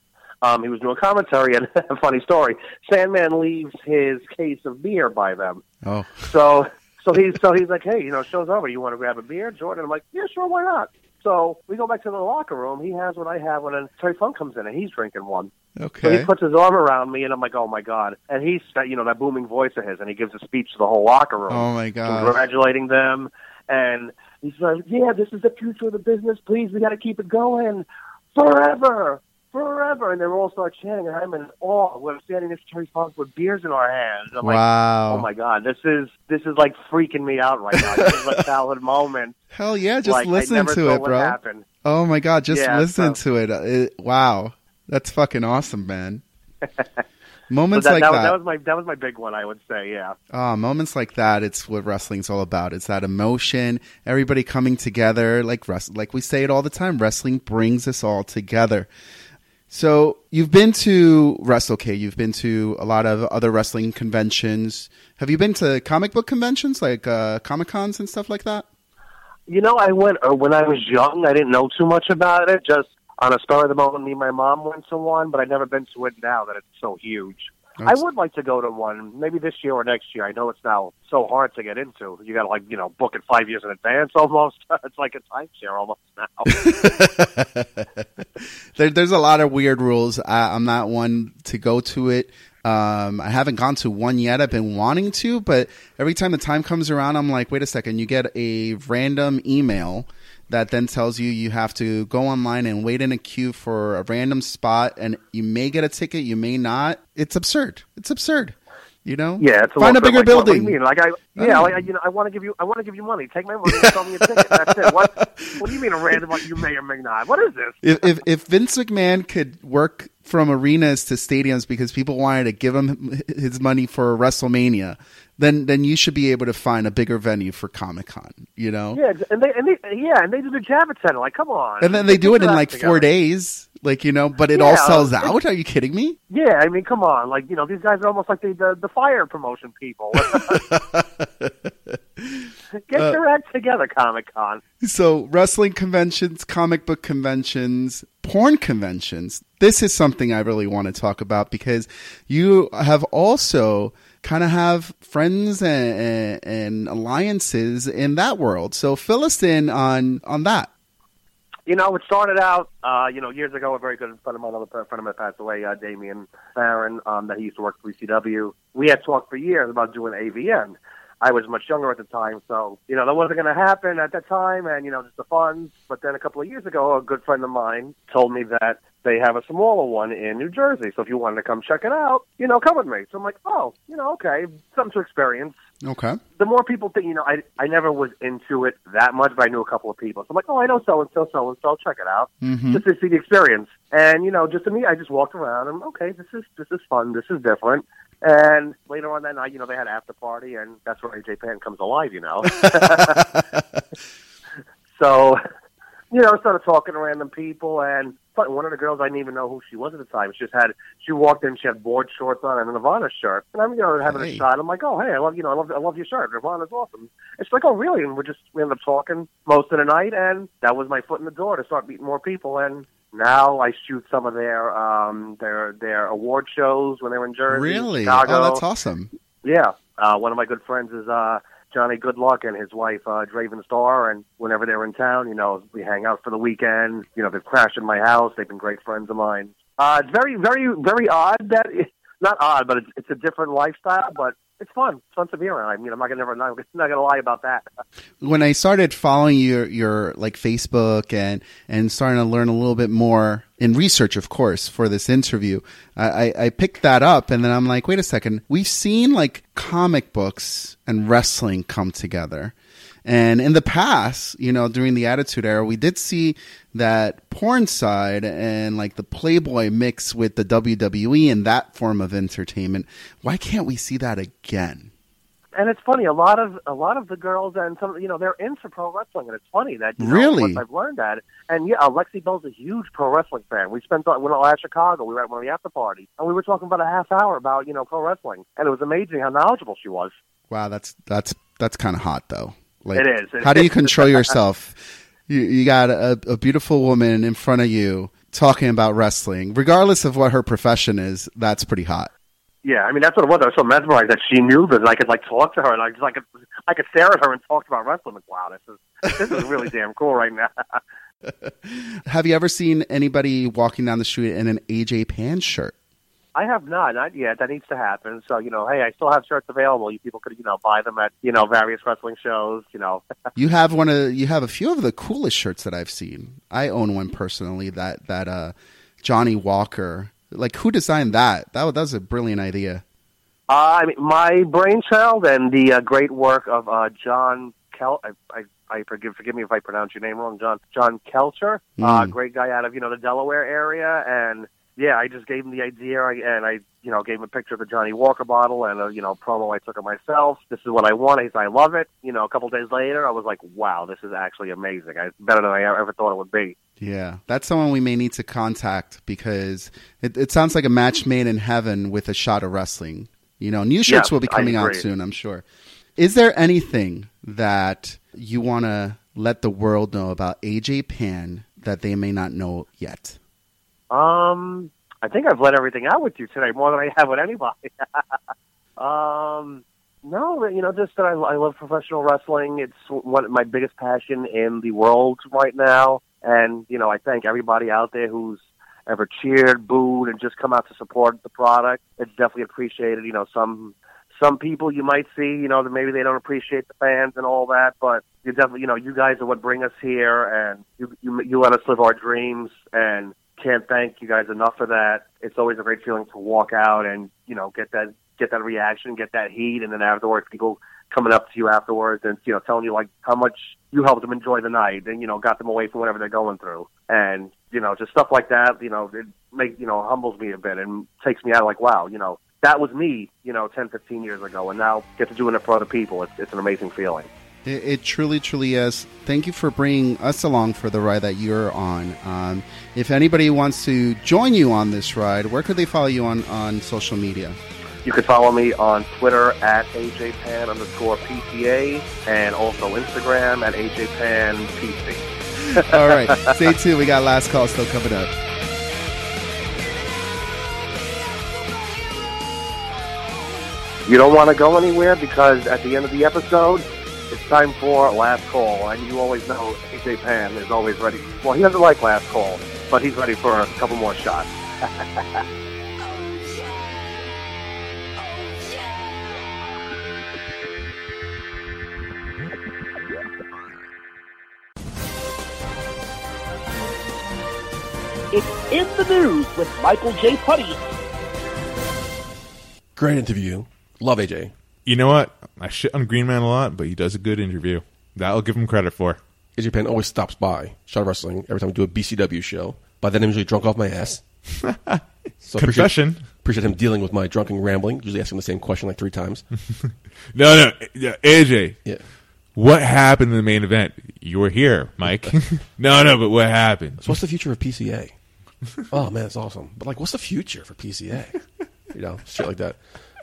Speaker 5: um, he was doing commentary. And funny story, Sandman leaves his case of beer by them.
Speaker 4: oh,
Speaker 5: So so he's so he's like, hey, you know, show's over. You want to grab a beer, Jordan? I'm like, yeah, sure, why not? So we go back to the locker room. He has what I have when Terry Funk comes in, and he's drinking one. So
Speaker 4: okay.
Speaker 5: he puts his arm around me, and I'm like, oh my god! And he's got, you know that booming voice of his, and he gives a speech to the whole locker room,
Speaker 4: Oh my gosh.
Speaker 5: congratulating them, and he's like, yeah, this is the future of the business. Please, we got to keep it going forever, forever. And they all start chanting, and I'm in awe. We're standing next to Terry Funk with beers in our hands. I'm like,
Speaker 4: Wow.
Speaker 5: oh my god, this is this is like freaking me out right now. this is a childhood moment.
Speaker 4: Hell yeah, just
Speaker 5: like, I
Speaker 4: listen
Speaker 5: never
Speaker 4: to
Speaker 5: thought
Speaker 4: it,
Speaker 5: would
Speaker 4: bro.
Speaker 5: Happen.
Speaker 4: Oh my god, just
Speaker 5: Yeah,
Speaker 4: listen
Speaker 5: so-
Speaker 4: to it. Uh, it. Wow. That's fucking awesome, man.
Speaker 5: But
Speaker 4: moments
Speaker 5: that,
Speaker 4: like
Speaker 5: that,
Speaker 4: that.
Speaker 5: was, that was my that was my big one. I would say, yeah.
Speaker 4: Ah, moments like that, it's what wrestling's all about. It's that emotion, everybody coming together, like wrest- like we say it all the time, wrestling brings us all together. So, you've been to WrestleK, you've been to a lot of other wrestling conventions. Have you been to comic book conventions like uh, Comic-Cons and stuff like that?
Speaker 5: You know, I went uh, when I was young. I didn't know too much about it. Just on a spur of the moment, me and my mom went to one, but I've never been to it now that it's so huge. I
Speaker 4: That's-
Speaker 5: would like to go to one, maybe this year or next year. I know it's now so hard to get into. You got to like you know book it five years in advance almost. it's like a timeshare almost now.
Speaker 4: there, there's a lot of weird rules. I, I'm not one to go to it. Um, I haven't gone to one yet. I've been wanting to, but every time the time comes around, I'm like, wait a second. You get a random email that then tells you you have to go online and wait in a queue for a random spot, and you may get a ticket, you may not. It's absurd. It's absurd. You know?
Speaker 5: yeah, it's a
Speaker 4: find
Speaker 5: little
Speaker 4: a
Speaker 5: bit
Speaker 4: bigger
Speaker 5: like, what-
Speaker 4: building. Oh,
Speaker 5: What, do you mean? Like I, yeah, like, I, you know, I want to give you, I want to give you money. Take my money, and sell me a ticket. That's it. What, what do you mean a random? Like, you may or may not. What is this?
Speaker 4: if, if if Vince McMahon could work from arenas to stadiums because people wanted to give him his money for WrestleMania, then then you should be able to find a bigger venue for Comic Con. You know,
Speaker 5: Yeah, and they, and they, yeah, and they do the Javits Center. Like, come on.
Speaker 4: and then they do it in
Speaker 5: Put that
Speaker 4: like
Speaker 5: together.
Speaker 4: four days. Like you know, but it all
Speaker 5: Yeah.
Speaker 4: sells out. Are you kidding me?
Speaker 5: Yeah, I mean, come on, like you know, these guys are almost like the the, the fire promotion people. Get your act together, Comic Con.
Speaker 4: So wrestling conventions, comic book conventions, porn conventions. This is something I really want to talk about because you have also kind of have friends and, and alliances in that world. So fill us in on on that.
Speaker 5: You know, it started out, uh, you know, years ago. A very good friend of mine, another friend of mine passed away, uh, Damian Barron, um, that he used to work for ECW. We had talked for years about doing AVN. I was much younger at the time, so you know that wasn't going to happen at that time, and you know just the funds. But then a couple of years ago, a good friend of mine told me that they have a smaller one in New Jersey. So if you wanted to come check it out, you know, come with me. So I'm like, oh, you know, okay, something to experience
Speaker 4: Okay.
Speaker 5: the more people think, you know, I I never was into it that much, but I knew a couple of people. So I'm like, oh, I know so and so, so and so. I'll check it out
Speaker 4: Mm-hmm.
Speaker 5: just to see the experience. And you know, just to me, I just walked around and okay, this is this is fun. This is different. And later on that night, you know, they had after party, and that's where AJ Pan comes alive. You know, so you know, I started talking to random people, and but one of the girls I didn't even know who she was at the time. She just had she walked in, she had board shorts on and a Nirvana shirt, and I'm you know having
Speaker 4: Hey.
Speaker 5: a shot. I'm like, oh hey, I love you know I love I love your shirt. Nirvana's awesome. And she's like, oh really? And we just we ended up talking most of the night, and that was my foot in the door to start meeting more people. And now I shoot some of their um their their award shows when they were in Jersey,
Speaker 4: Really?
Speaker 5: Chicago.
Speaker 4: Oh, that's awesome.
Speaker 5: Yeah. Uh, one of my good friends is uh, Johnny Goodluck and his wife, uh, Draven Starr. And whenever they're in town, you know, we hang out for the weekend. You know, they've crashed in my house. They've been great friends of mine. Uh, it's very, very, very odd that, not odd, but it's, it's a different lifestyle, but it's fun. It's fun to be around. I mean, I'm not going to never, not, not going to lie about that.
Speaker 4: When I started following your your like Facebook and and starting to learn a little bit more in research, of course, for this interview, I, I, I picked that up and then I'm like, wait a second, we've seen like comic books and wrestling come together. And in the past, you know, during the Attitude Era, we did see that porn side and like the Playboy mix with E the WWE and that form of entertainment. Why can't we see that again?
Speaker 5: and it's funny. A lot of a lot of the girls and some you know they're into pro wrestling, and it's funny that you know,
Speaker 4: Really?
Speaker 5: once I've learned that. And yeah, Alexi Bell's a huge pro wrestling fan. We spent when all at Chicago, we were at one of the after parties, and we were talking about a half hour about you know pro wrestling, and it was amazing how knowledgeable she was.
Speaker 4: Wow, that's that's that's kind of hot though. Like,
Speaker 5: It is. It
Speaker 4: how do you
Speaker 5: is.
Speaker 4: control yourself? You you got a, a beautiful woman in front of you talking about wrestling, regardless of what her profession is. That's pretty hot.
Speaker 5: Yeah, I mean that's what it was. I was so mesmerized that she knew this, and I could like talk to her, and I just I could I could stare at her and talk about wrestling. Like, wow, this is this is really damn cool right now.
Speaker 4: Have you ever seen anybody walking down the street in an AJ Pan shirt?
Speaker 5: I have not, not yet. That needs to happen. So you know, hey, I still have shirts available. You people could you know buy them at you know various wrestling shows. You know,
Speaker 4: You have one of you have a few of the coolest shirts that I've seen. I own one personally that that uh, Johnny Walker. Like who designed that? That wa- that was a brilliant idea.
Speaker 5: uh, I mean, my brainchild and the uh, great work of uh, John Kel. I, I, I forgive forgive me if I pronounce your name wrong, John. John Kelcher, uh, great guy out of you know the Delaware area, and yeah, I just gave him the idea, I, and I you know gave him a picture of the Johnny Walker bottle and a you know promo I took of myself. This is what I want. He said, I love it. You know, a couple days later, I was like, wow, this is actually amazing. I better than I ever thought it would be.
Speaker 4: Yeah, that's someone we may need to contact because it, it sounds like a match made in heaven with a shot of wrestling. You know, new shirts
Speaker 5: Yeah,
Speaker 4: will be
Speaker 5: I
Speaker 4: coming out
Speaker 5: agree.
Speaker 4: soon, I'm sure. Is there anything that you want to let the world know about AJ Pan that they may not know yet?
Speaker 5: Um, I think I've let everything out with you today more than I have with anybody. um, no, you know, just that I, I love professional wrestling. It's one my biggest passion in the world right now, and you know, I thank everybody out there who's ever cheered, booed, and just come out to support the product. It's definitely appreciated. You know, some some people you might see, you know, that maybe they don't appreciate the fans and all that, but you definitely, you know, you guys are what bring us here, and you you, you let us live our dreams, and can't thank you guys enough for that. It's always a great feeling to walk out and you know get that get that reaction, get that heat, and then afterwards people coming up to you afterwards and you know telling you like how much you helped them enjoy the night and you know got them away from whatever they're going through, and you know just stuff like that. You know it make you know humbles me a bit and takes me out like wow, you know that was me, you know, ten fifteen years ago, and now get to doing it for other people. It's it's an amazing feeling.
Speaker 4: It, it truly, truly is. Thank you for bringing us along for the ride that you're on. Um, if anybody wants to join you on this ride, where could they follow you on, on social media?
Speaker 5: You can follow me on Twitter at AJPan underscore PTA and also Instagram at AJPanPC.
Speaker 4: All right, stay tuned. We got last call still coming up.
Speaker 5: You don't want to go anywhere because at the end of the episode, it's time for Last Call. And you always know AJ Pan is always ready. Well, he doesn't like Last Call, but he's ready for a couple more shots.
Speaker 6: It's in the news with Michael J. Putty.
Speaker 2: Great interview. Love AJ.
Speaker 3: You know what? I shit on Green Man a lot, but he does a good interview. That'll give him credit for.
Speaker 2: AJ Penn always stops by Shot of Wrestling every time we do a BCW show. By then, I'm usually drunk off my ass. So I
Speaker 3: Confession.
Speaker 2: Appreciate, appreciate him dealing with my drunken rambling. Usually ask him the same question like three times.
Speaker 3: No, no, yeah, AJ.
Speaker 2: Yeah.
Speaker 3: What happened in the main event? You were here, Mike. no, no, but what happened?
Speaker 2: So what's the future of PCA? oh man, it's awesome. But like, what's the future for PCA? you know, shit like that.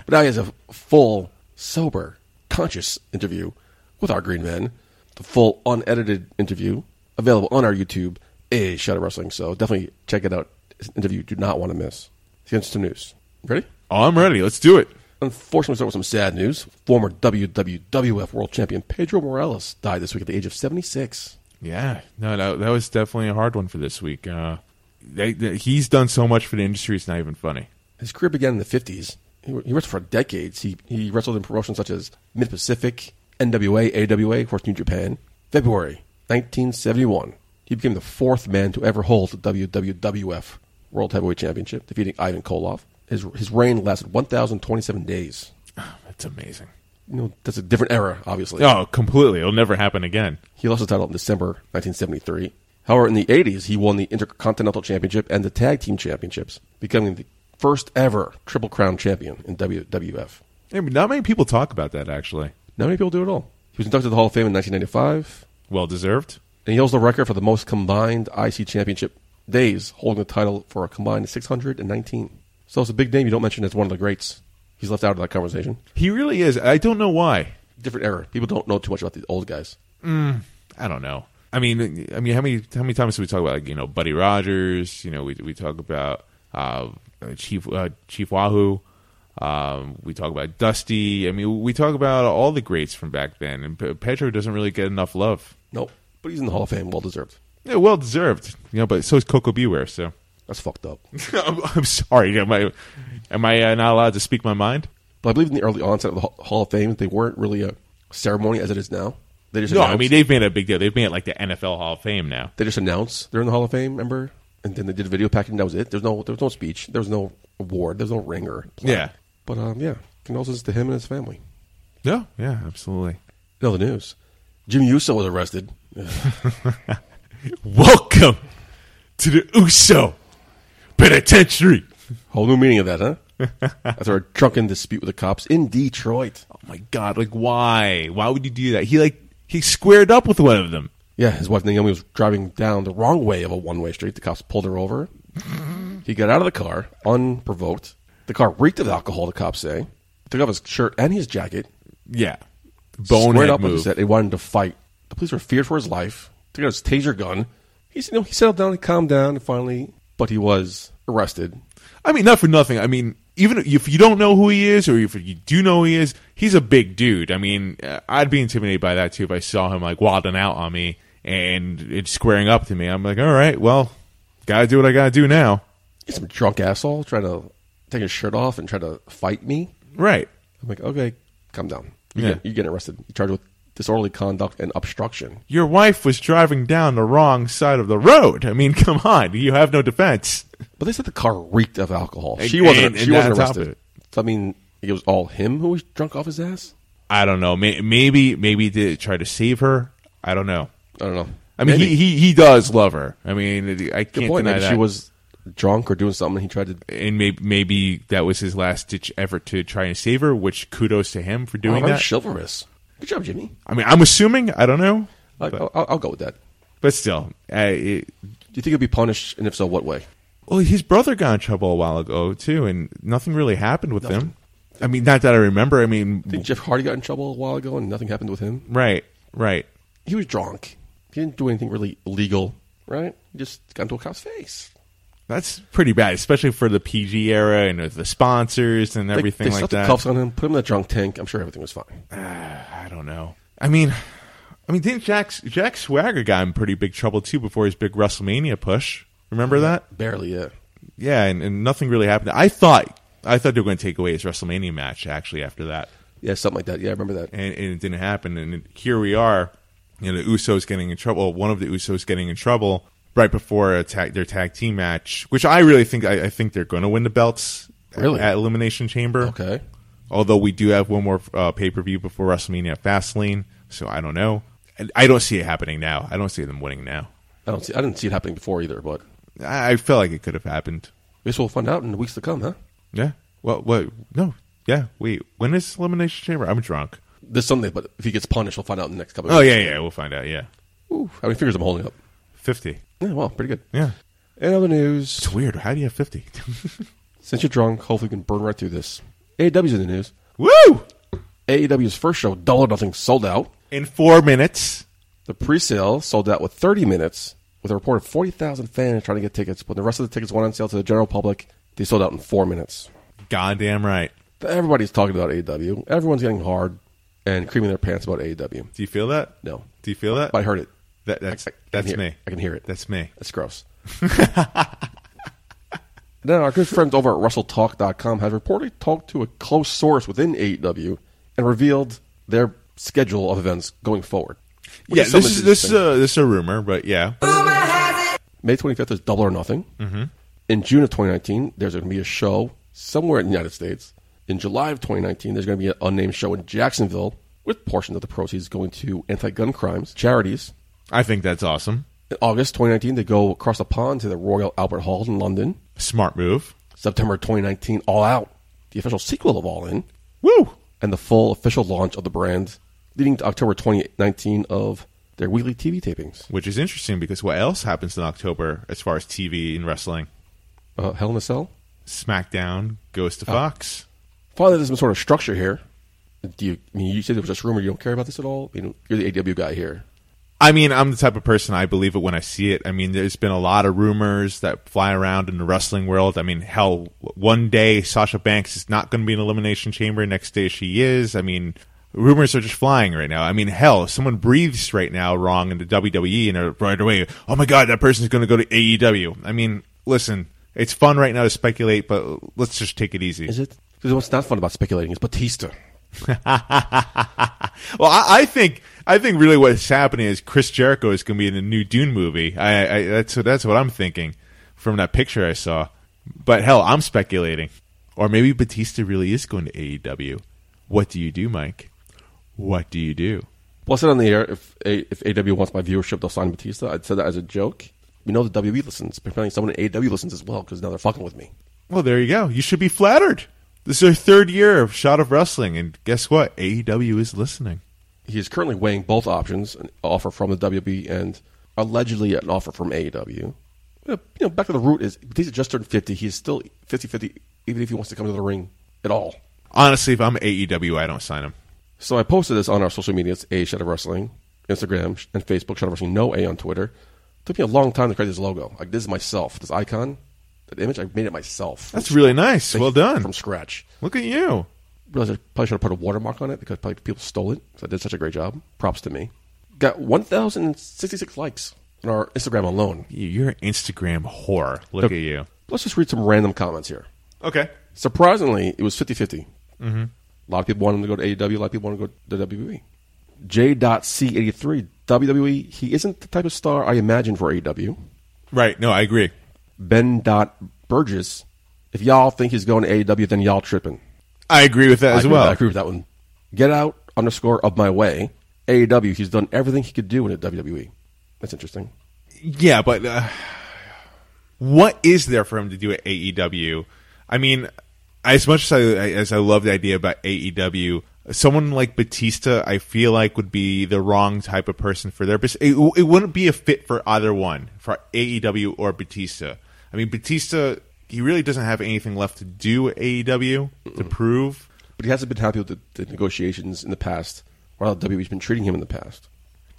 Speaker 2: But now he has a full, sober, conscious interview with our Green Men. The full, unedited interview available on our YouTube is Shadow Wrestling. So definitely check it out. It's an interview you do not want to miss. Let's get into some news. Ready?
Speaker 3: Oh, I'm ready. Let's do it.
Speaker 2: Unfortunately, we start with some sad news. Former WWWF World Champion Pedro Morales died this week at the age of 76.
Speaker 3: Yeah, no, that, that was definitely a hard one for this week. Uh, they, they- he's done so much for the industry; it's not even funny.
Speaker 2: His career began in the 50s. He, he wrestled for decades. He, he wrestled in promotions such as Mid Pacific, NWA, AWA, of course, New Japan. February 1971, he became the fourth man to ever hold the WWWF World Heavyweight Championship, defeating Ivan Koloff. His, his reign lasted 1,027 days.
Speaker 3: That's amazing.
Speaker 2: You know, that's a different era, obviously.
Speaker 3: Oh, completely. It'll never happen again.
Speaker 2: He lost the title in December 1973. However, in the 80s, he won the Intercontinental Championship and the Tag Team Championships, becoming the first ever Triple Crown champion in WWF.
Speaker 3: I mean, not many people talk about that, actually.
Speaker 2: Not many people do at all. He was inducted to the Hall of Fame in 1995,
Speaker 3: Well deserved.
Speaker 2: and he holds the record for the most combined IC championship days, holding the title for a combined 619. So it's a big name you don't mention as one of the greats. He's left out of that conversation.
Speaker 3: He really is. I don't know why.
Speaker 2: Different era. People don't know too much about the old guys.
Speaker 3: I don't know. I mean, I mean, how many how many times do we talk about like you know Buddy Rogers? You know, we we talk about uh, Chief uh, Chief Wahoo. Um, we talk about Dusty. I mean, we talk about all the greats from back then, and Pe- Pedro doesn't really get enough love.
Speaker 2: Nope. But he's in the Hall of Fame, well deserved.
Speaker 3: Yeah, well deserved. You know, but so is Coco Beware. So
Speaker 2: That's fucked up.
Speaker 3: I'm, I'm sorry. Am I am I uh, not allowed to speak my mind?
Speaker 2: But I believe in the early onset of the Hall- Hall of Fame, they weren't really a ceremony as it is now. They just
Speaker 3: No, I
Speaker 2: announced-
Speaker 3: mean they've made a big deal. They've made it like the NFL Hall of Fame now.
Speaker 2: they just announced they're in the Hall of Fame, remember? And then they did a video package, and that was it. There's no, there was no speech, there was no award, there's no ring or plaque.
Speaker 3: Yeah.
Speaker 2: But um, yeah, condolences to him and his family.
Speaker 3: No, yeah, absolutely.
Speaker 2: No, the news: Jimmy Uso was arrested.
Speaker 3: Welcome to the Uso Penitentiary.
Speaker 2: Whole new meaning of that, huh? After a drunken dispute with the cops in Detroit.
Speaker 3: Oh my god! Like, why? Why would you do that? He like he squared up with one of them.
Speaker 2: Yeah, his wife Naomi was driving down the wrong way of a one-way street. The cops pulled her over. He got out of the car unprovoked. The car reeked of alcohol. The cops say took off his shirt and his jacket.
Speaker 3: Yeah,
Speaker 2: squared
Speaker 3: bonehead
Speaker 2: up and
Speaker 3: move.
Speaker 2: said they wanted to fight. The police were feared for his life. Took out his taser gun. He, you know, he settled down, he calmed down, and finally, but he was arrested.
Speaker 3: I mean, not for nothing. I mean, even if you don't know who he is, or if you do know who he is, he's a big dude. I mean, uh, I'd be intimidated by that too if I saw him like wilding out on me and it's squaring up to me. I'm like, all right, well, gotta do what I gotta do now.
Speaker 2: He's some drunk asshole trying to take his shirt off and try to fight me.
Speaker 3: Right.
Speaker 2: I'm like, okay, calm down. You
Speaker 3: Yeah.
Speaker 2: get, you're getting arrested. You're charged with disorderly conduct and obstruction.
Speaker 3: Your wife was driving down the wrong side of the road. I mean, come on, you have no defense.
Speaker 2: But they said the car reeked of alcohol.
Speaker 3: And-
Speaker 2: She wasn't.
Speaker 3: and-
Speaker 2: she
Speaker 3: and
Speaker 2: wasn't
Speaker 3: on top of
Speaker 2: arrested.
Speaker 3: it.
Speaker 2: So, I mean, it was all him who was drunk off his ass.
Speaker 3: I don't know. May- Maybe maybe he did try to save her. I don't know.
Speaker 2: I don't know.
Speaker 3: I mean,
Speaker 2: Maybe.
Speaker 3: he, he he does love her. I mean, I
Speaker 2: Good
Speaker 3: can't
Speaker 2: point.
Speaker 3: deny
Speaker 2: Maybe
Speaker 3: that.
Speaker 2: she was drunk or doing something. and He tried to
Speaker 3: and maybe maybe that was his last ditch effort to try and save her. Which kudos to him for doing
Speaker 2: Alright,
Speaker 3: that.
Speaker 2: Chivalrous. Good job, Jimmy.
Speaker 3: I mean, I'm assuming. I don't know,
Speaker 2: I, I'll, I'll go with that. Do
Speaker 3: but still, uh, it,
Speaker 2: you think he'll be punished, and if so, what way?
Speaker 3: well, his brother got in trouble a while ago too, and nothing really happened with him. I mean, not that I remember. I
Speaker 2: I think
Speaker 3: mean,
Speaker 2: Jeff Hardy got in trouble a while ago, and nothing happened with him.
Speaker 3: right, right.
Speaker 2: He was drunk. He didn't do anything really illegal, right? He just got into a cop's face.
Speaker 3: That's pretty bad, especially for the PG era and with the sponsors and
Speaker 2: They-
Speaker 3: everything
Speaker 2: they
Speaker 3: like
Speaker 2: stuffed
Speaker 3: that.
Speaker 2: the cuffs on him, put him in the drunk tank. I'm sure everything was fine.
Speaker 3: I don't know. I mean, I mean, didn't Jack Jack Swagger got in pretty big trouble too before his big WrestleMania push? Remember that?
Speaker 2: Barely, uh, yeah.
Speaker 3: Yeah, and, and nothing really happened. I thought I thought they were going to take away his WrestleMania match actually after that,
Speaker 2: Yeah, something like that. Yeah, I remember that.
Speaker 3: and, and it didn't happen. And here we are. You know, the Usos getting in trouble. One of the Usos getting in trouble right before a tag, their tag team match, which I really think I, I think they're going to win the belts.
Speaker 2: Really?
Speaker 3: at Elimination Chamber.
Speaker 2: Okay.
Speaker 3: Although we do have one more uh, pay per view before WrestleMania at Fastlane, so I don't know. And I don't see it happening now. I don't see them winning now.
Speaker 2: I don't see. I didn't see it happening before either, but I
Speaker 3: I, I feel like it could have happened.
Speaker 2: guess we'll find out in the weeks to come, huh?
Speaker 3: Yeah. Well, what? No. Yeah. Wait. When is Elimination Chamber? I'm drunk.
Speaker 2: This Sunday, but if he gets punished, we'll find out in the next couple. Of
Speaker 3: Oh
Speaker 2: weeks.
Speaker 3: yeah, yeah. We'll find out. Yeah.
Speaker 2: Ooh, how many fingers I'm holding up?
Speaker 3: Fifty.
Speaker 2: Yeah, well, pretty good.
Speaker 3: Yeah.
Speaker 2: And other news.
Speaker 3: It's weird. How do you have fifty?
Speaker 2: Since you're drunk, hopefully we can burn right through this. AEW's in the news.
Speaker 3: Woo!
Speaker 2: AEW's first show, Double or Nothing, sold out.
Speaker 3: In four minutes.
Speaker 2: The pre-sale sold out with 30 minutes, with a reported 40,000 fans trying to get tickets. When the rest of the tickets went on sale to the general public, they sold out in four minutes.
Speaker 3: Goddamn right.
Speaker 2: Everybody's talking about AEW. Everyone's getting hard and creaming their pants about AEW.
Speaker 3: Do you feel that?
Speaker 2: No.
Speaker 3: Do you feel that?
Speaker 2: But I heard it.
Speaker 3: That, that's
Speaker 2: I- I can
Speaker 3: that's
Speaker 2: hear-
Speaker 3: me.
Speaker 2: I can hear it.
Speaker 3: That's me.
Speaker 2: That's gross. now, our good friends over at WrestleTalk.com have reportedly talked to a close source within AEW and revealed their schedule of events going forward. Which
Speaker 3: Yeah.
Speaker 2: some
Speaker 3: This is
Speaker 2: of
Speaker 3: this is
Speaker 2: things.
Speaker 3: a, this is a rumor, but yeah.
Speaker 2: May 25th is Double or Nothing. Mm-hmm. In June of 2019, there's going to be a show somewhere in the United States. In July of 2019, there's going to be an unnamed show in Jacksonville with portions of the proceeds going to anti-gun crimes, charities,
Speaker 3: I think that's awesome.
Speaker 2: In August 2019, they go across the pond to the Royal Albert Hall in London.
Speaker 3: Smart move.
Speaker 2: September 2019, All Out, the official sequel of All In.
Speaker 3: Woo!
Speaker 2: and the full official launch of the brand, leading to October 2019 of their weekly TV tapings.
Speaker 3: Which is interesting because what else happens in October as far as TV and wrestling?
Speaker 2: Uh, Hell in a Cell.
Speaker 3: SmackDown goes to Fox.
Speaker 2: Finally, there's some sort of structure here. Do you I mean you said it was just rumor? You don't care about this at all? You know, you're the AW guy here.
Speaker 3: I mean, I'm the type of person I believe it when I see it. I mean, there's been a lot of rumors that fly around in the wrestling world. I mean, hell, one day Sasha Banks is not going to be in Elimination Chamber. Next day she is. I mean, rumors are just flying right now. I mean, hell, if someone breathes right now wrong in the WWE and they're right away, oh my God, that person's going to go to AEW. I mean, listen, it's fun right now to speculate, but let's just take it easy.
Speaker 2: Is it? Because what's not fun about speculating is Batista.
Speaker 3: Well, I, I think I think really what's happening is Chris Jericho is going to be in a new Dune movie. I, I that's that's what I'm thinking from that picture I saw. But hell, I'm speculating, or maybe Batista really is going to AEW. What do you do, Mike? What do you do?
Speaker 2: Well, I said on the air if A- if AW wants my viewership, they'll sign Batista. I said that as a joke. We know the WWE listens, but apparently someone in AW listens as well because now they're fucking with me.
Speaker 3: Well, there you go. You should be flattered. This is our third year of Shot of Wrestling, and guess what? AEW is listening.
Speaker 2: He is currently weighing both options: an offer from the WWE and allegedly an offer from AEW. You know, you know, back to the root is Batista just turned fifty. He is still 50-50, even if he wants to come to the ring at all.
Speaker 3: Honestly, if I'm AEW, I don't sign him.
Speaker 2: So I posted this on our social media. It's A Shadow Wrestling, Instagram and Facebook, Shadow Wrestling, no A on Twitter. took me a long time to create this logo. Like, this is myself. This icon, that image, I made it myself.
Speaker 3: That's really nice.
Speaker 2: Like,
Speaker 3: Well done.
Speaker 2: From scratch.
Speaker 3: Look at you.
Speaker 2: Realized I probably should have put a watermark on it because probably people stole it. So I did such a great job. Props to me. Got 1,066 likes on our Instagram alone.
Speaker 3: You- You're an Instagram whore. Look at you.
Speaker 2: Let's just read some random comments here.
Speaker 3: Okay.
Speaker 2: Surprisingly, it was 50 50. Mm-hmm. A lot of people want him to go to AEW. A lot of people want to go to E. WWE. J.C83, WWE, E, he isn't the type of star I imagine for AEW.
Speaker 3: Right. No, I agree.
Speaker 2: Ben. Dot Burgess, if y'all think he's going to AEW, then y'all tripping.
Speaker 3: I agree with that
Speaker 2: I
Speaker 3: as
Speaker 2: agree with
Speaker 3: well.
Speaker 2: that. I agree with that one. Get out underscore of my way. AEW, he's done everything he could do in a WWE. E. That's interesting.
Speaker 3: Yeah, but uh, what is there for him to do at AEW? I mean, as much as I as I love the idea about AEW, someone like Batista, I feel like would be the wrong type of person for there. But it, it wouldn't be a fit for either one, for AEW or Batista. I mean, Batista, he really doesn't have anything left to do at AEW to prove.
Speaker 2: But he hasn't been happy with the, the negotiations in the past, or how WWE's been treating him in the past.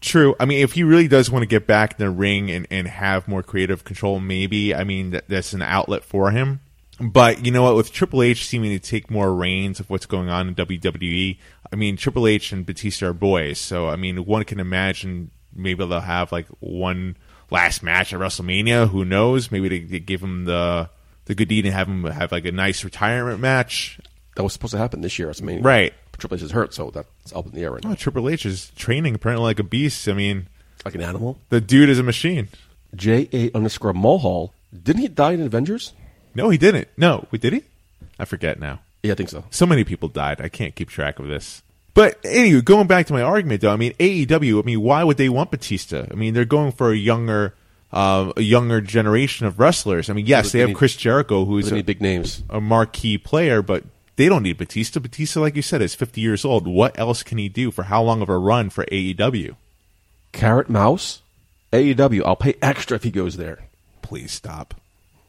Speaker 3: True. I mean, if he really does want to get back in the ring and, and have more creative control, maybe. I mean, that, that's an outlet for him. But you know what? With Triple H seeming to take more reins of what's going on in WWE, I mean, Triple H and Batista are boys. So, I mean, one can imagine maybe they'll have like one last match at WrestleMania. Who knows? Maybe they, they give him the, the good deed and have him have like a nice retirement match.
Speaker 2: That was supposed to happen this year. I mean,
Speaker 3: Right.
Speaker 2: Triple H is hurt, so that's up in the air right now.
Speaker 3: Oh, Triple H is training apparently like a beast. I mean,
Speaker 2: Like an animal.
Speaker 3: the dude is a machine.
Speaker 2: J.A. underscore Mulhall, didn't he die in Avengers?
Speaker 3: No, he didn't. No, wait, did he? I forget now.
Speaker 2: Yeah, I think so.
Speaker 3: So many people died. I can't keep track of this. But anyway, going back to my argument though, I mean AEW. I mean, why would they want Batista? I mean, they're going for a younger, uh, a younger generation of wrestlers. I mean, yes, they have
Speaker 2: need-
Speaker 3: Chris Jericho, who
Speaker 2: There's
Speaker 3: is
Speaker 2: any
Speaker 3: a,
Speaker 2: big names.
Speaker 3: a marquee player, but they don't need Batista. Batista, like you said, is fifty years old. What else can he do for how long of a E run for AEW?
Speaker 2: Carrot Mouse, AEW. I'll pay extra if he goes there.
Speaker 3: Please stop.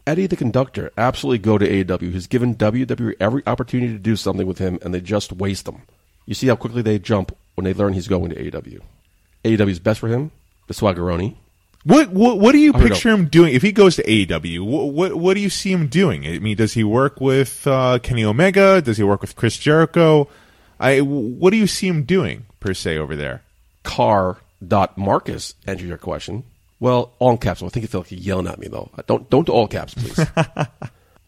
Speaker 2: Eddie the conductor, absolutely go to AEW. He's given WWE every opportunity to do something with him, and they just waste him. You see how quickly they jump when they learn he's going to E AEW. AEW's E best for him, the Swaggeroni.
Speaker 3: What what what do you
Speaker 2: don't
Speaker 3: picture him doing if he goes to AEW? What, what what do you see him doing? I mean, does he work with uh, Kenny Omega? Does he work with Chris Jericho? I what do you see him doing per se over there?
Speaker 2: Carr dot Marcus answer your question. Well, all in caps. I think you feel like you're yelling at me though. Don't don't do all caps, please.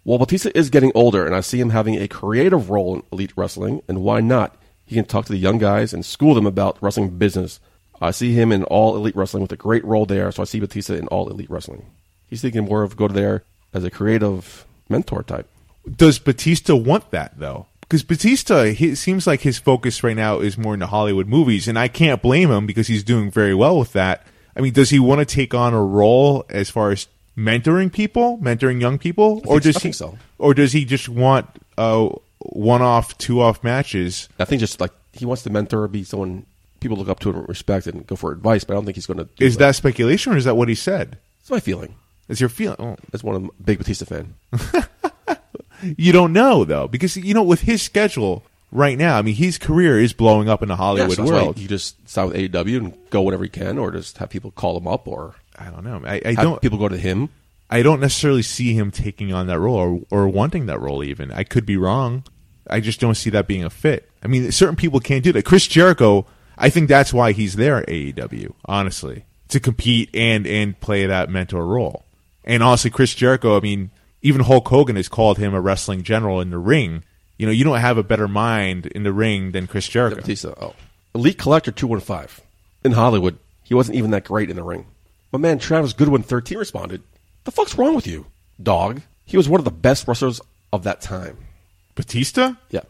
Speaker 2: well, Batista is getting older, and I see him having a creative role in elite wrestling. And why not? He can talk to the young guys and school them about wrestling business. I see him in all elite wrestling with a great role there. So I see Batista in all elite wrestling. He's thinking more of go to there as a creative mentor type.
Speaker 3: Does Batista want that though? Because Batista, he, it seems like his focus right now is more into Hollywood movies, and I can't blame him because he's doing very well with that. I mean, does he want to take on a role as far as mentoring people, mentoring young people,
Speaker 2: think-
Speaker 3: does
Speaker 2: I
Speaker 3: he
Speaker 2: think so.
Speaker 3: or does he just want uh, one-off, two-off matches.
Speaker 2: I think just like he wants to mentor, be someone people look up to and respect and go for advice, but I don't think he's going to do
Speaker 3: Is that speculation or is that what he said?
Speaker 2: That's my feeling.
Speaker 3: Is your feeling? Oh,
Speaker 2: That's one of the big Batista fan.
Speaker 3: you don't know though, because you know with his schedule right now, I mean, his career is blowing up in the
Speaker 2: Yeah,
Speaker 3: Hollywood
Speaker 2: so that's why
Speaker 3: world.
Speaker 2: you just sign with AEW and go whenever you can, or just have people call him up, or
Speaker 3: I don't know. I, I
Speaker 2: have
Speaker 3: don't.
Speaker 2: people go to him.
Speaker 3: I don't necessarily see him taking on that role or, or wanting that role. Even I could be wrong. I just don't see that being a fit. I mean, certain people can't do that. Chris Jericho. I think that's why he's there at AEW. Honestly, to compete and and play that mentor role. And honestly, Chris Jericho. I mean, even Hulk Hogan has called him a wrestling general in the ring. You know, you don't have a better mind in the ring than Chris Jericho.
Speaker 2: Batista, oh, elite collector two one five in Hollywood. He wasn't even that great in the ring. My man Travis Goodwin thirteen responded, "The fuck's wrong with you, dog?" He was one of the best wrestlers of that time.
Speaker 3: Batista?
Speaker 2: Yeah.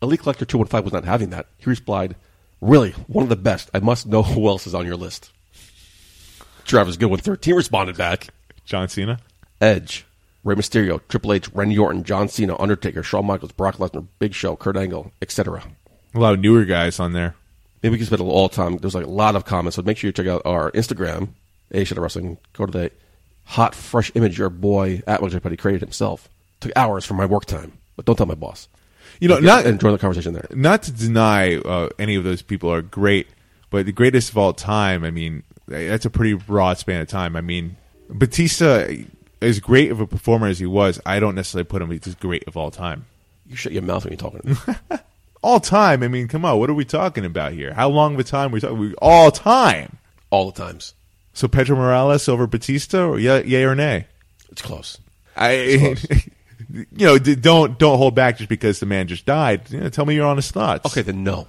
Speaker 2: Elite Collector 215 was not having that. He replied, Really, one of the best. I must know who else is on your list. Travis Goodwin 13 responded back.
Speaker 3: John Cena?
Speaker 2: Edge, Rey Mysterio, Triple H, Randy Orton, John Cena, Undertaker, Shawn Michaels, Brock Lesnar, Big Show, Kurt Angle, etc.
Speaker 3: A lot of newer guys on there.
Speaker 2: Maybe we can spend a little all time. There's like a lot of comments, so make sure you check out our Instagram, A Shadow Wrestling. Go to the hot, fresh image your boy at Petty created himself. Took hours from my work time, but don't tell my boss.
Speaker 3: You know, Uh, not
Speaker 2: and join the conversation there.
Speaker 3: not to deny uh, any of those people are great, but the greatest of all time. I mean, that's a pretty broad span of time. I mean, Batista, as great of a performer as he was, I don't necessarily put him as great of all time.
Speaker 2: You shut your mouth when you're talking to me.
Speaker 3: All time. I mean, come on, what are we talking about here? How long of a time are we talking? We, all time.
Speaker 2: all the times.
Speaker 3: So Pedro Morales over Batista, or yeah, yay or nay?
Speaker 2: It's close.
Speaker 3: I, you know, d- don't don't hold back just because the man just died. You know, tell me your honest thoughts.
Speaker 2: Okay, then no.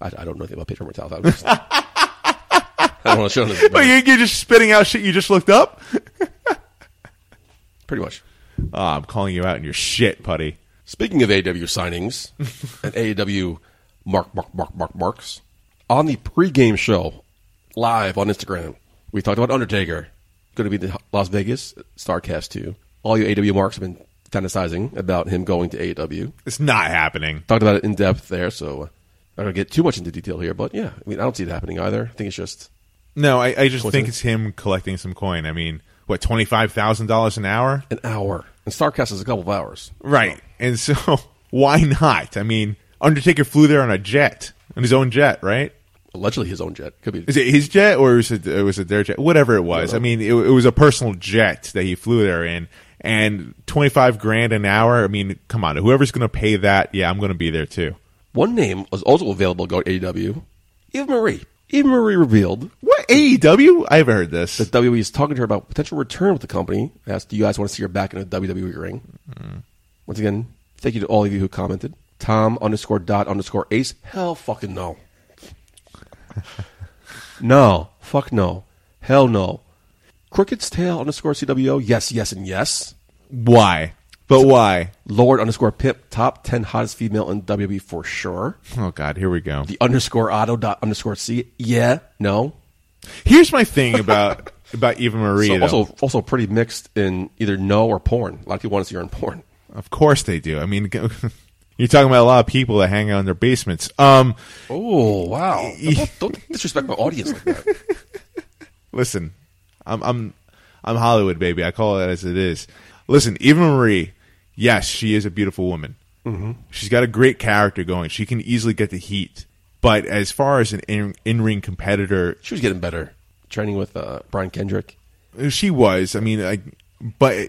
Speaker 2: I, I don't know anything about Pedro Morales. I, was just- I don't want to show this.
Speaker 3: Wait, you're, you're just spitting out shit you just looked up?
Speaker 2: Pretty much.
Speaker 3: Oh, I'm calling you out in your shit, putty.
Speaker 2: Speaking of AEW signings and AEW mark, mark, mark, mark, marks, on the pregame show, live on Instagram, we talked about Undertaker. Going to be in Las Vegas, StarCast 2. All you AEW marks have been fantasizing about him going to AEW.
Speaker 3: It's not happening.
Speaker 2: Talked about it in depth there, so uh, I don't get too much into detail here, but yeah, I mean, I don't see it happening either. I think it's just
Speaker 3: No, I, I just
Speaker 2: What's
Speaker 3: think
Speaker 2: it?
Speaker 3: it's him collecting some coin. I mean, what twenty five thousand dollars an hour?
Speaker 2: an hour. And StarCast is a couple of hours.
Speaker 3: Right. And so why not? I mean, Undertaker flew there on a jet, on his own jet, right?
Speaker 2: Allegedly his own jet. Could be.
Speaker 3: Is it his jet or was it was it their jet? Whatever it was, I mean, it, it was a personal jet that he flew there in, and twenty five grand an hour. I mean, come on, whoever's going to pay that, yeah, I'm going to be there too.
Speaker 2: One name was also available going to AEW. Eva Marie. Eva Marie revealed
Speaker 3: What AEW? I haven't heard this.
Speaker 2: that WWE E is talking to her about potential return with the company. Asked, do you guys want to see her back in a WWE ring? Once again, thank you to all of you who commented. Tom underscore dot underscore ace. Hell fucking no. no. Fuck no. Hell no. Crooked's tail underscore CWO. Yes, yes, and yes.
Speaker 3: Why? But why?
Speaker 2: Lord underscore pimp. Top 10 hottest female in WWE for sure.
Speaker 3: Oh God, here we go.
Speaker 2: the underscore auto dot underscore c yeah no
Speaker 3: Here's my thing about about Eva Marie.
Speaker 2: so
Speaker 3: though.
Speaker 2: also also pretty mixed in either no or porn a lot of people want to see her in porn
Speaker 3: of course they do. I mean, you're talking about a lot of people that hang out in their basements. Um,
Speaker 2: oh wow don't, don't disrespect my audience like that
Speaker 3: listen, I'm I'm I'm Hollywood, baby. I call it as it is. Listen, Eva Marie. Yes, she is a beautiful woman. Mm-hmm. She's got a great character going. She can easily get the heat. But as far as an in in ring competitor,
Speaker 2: she was getting better training with uh, brian kendrick
Speaker 3: she was. I mean, I, but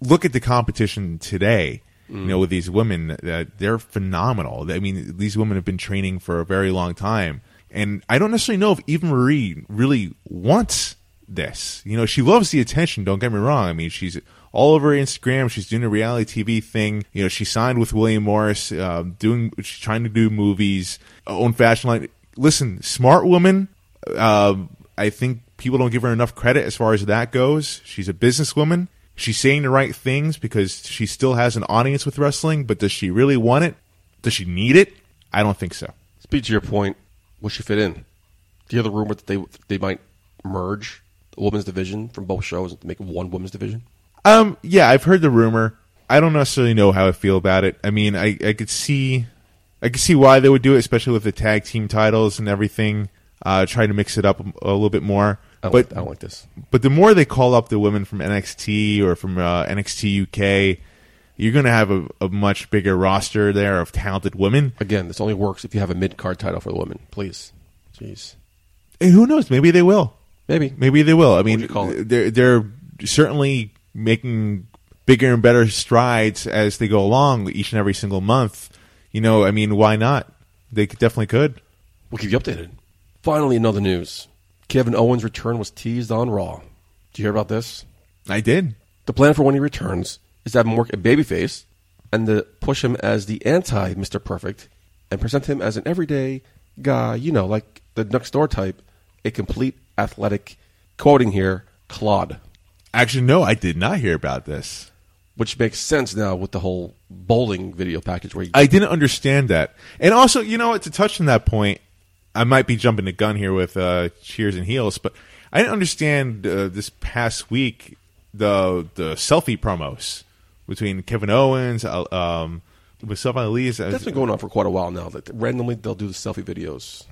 Speaker 3: look at the competition today. You know, with these women, uh, they're phenomenal. I mean, these women have been training for a very long time, and I don't necessarily know if Eva Marie really wants this. You know, she loves the attention. Don't get me wrong. I mean, she's all over Instagram. She's doing a reality TV thing. You know, she signed with William Morris. Uh, doing, she's trying to do movies, own fashion line. Listen, smart woman um, I think people don't give her enough credit as far as that goes. She's a businesswoman. She's saying the right things because she still has an audience with wrestling, but does she really want it? Does she need it? I don't think so.
Speaker 2: speak to your point will she fit in do you hear the rumor that they they might merge the women's division from both shows to make one women's division
Speaker 3: Um, yeah, I've heard the rumor. I don't necessarily know how I feel about it. I mean, I, I could see, I could see why they would do it, especially with the tag team titles and everything. Uh, trying to mix it up a, a little bit more.
Speaker 2: I don't,
Speaker 3: but
Speaker 2: like, I don't like this.
Speaker 3: but the more they call up the women from NXT or from uh, NXT UK, you're going to have a, a much bigger roster there of talented women.
Speaker 2: Again, this only works if you have a mid card title for the women. Please, jeez,
Speaker 3: And who knows? Maybe they will.
Speaker 2: maybe.
Speaker 3: Maybe they will. I mean,
Speaker 2: you call it?
Speaker 3: they're they're certainly making bigger and better strides as they go along each and every single month. You know, I mean, why not? They could- definitely could.
Speaker 2: We'll keep you updated. Finally, another news: Kevin Owens' return was teased on Raw. Do you hear about this?
Speaker 3: I did.
Speaker 2: The plan for when he returns is to have him work at babyface and to push him as the anti Mr. Perfect and present him as an everyday guy, you know, like the next door type, a complete athletic, quoting here, clod,
Speaker 3: Actually, no, I did not hear about this.
Speaker 2: which makes sense now with the whole bowling video package where he
Speaker 3: I didn't understand that. And also, you know what? To touch on that point, I might be jumping the gun here with uh, cheers and heels, but I didn't understand uh, this past week the the selfie promos between Kevin Owens, uh, um, Mustafa Ali's.
Speaker 2: that's been going on for quite a while now. That randomly they'll do the selfie videos.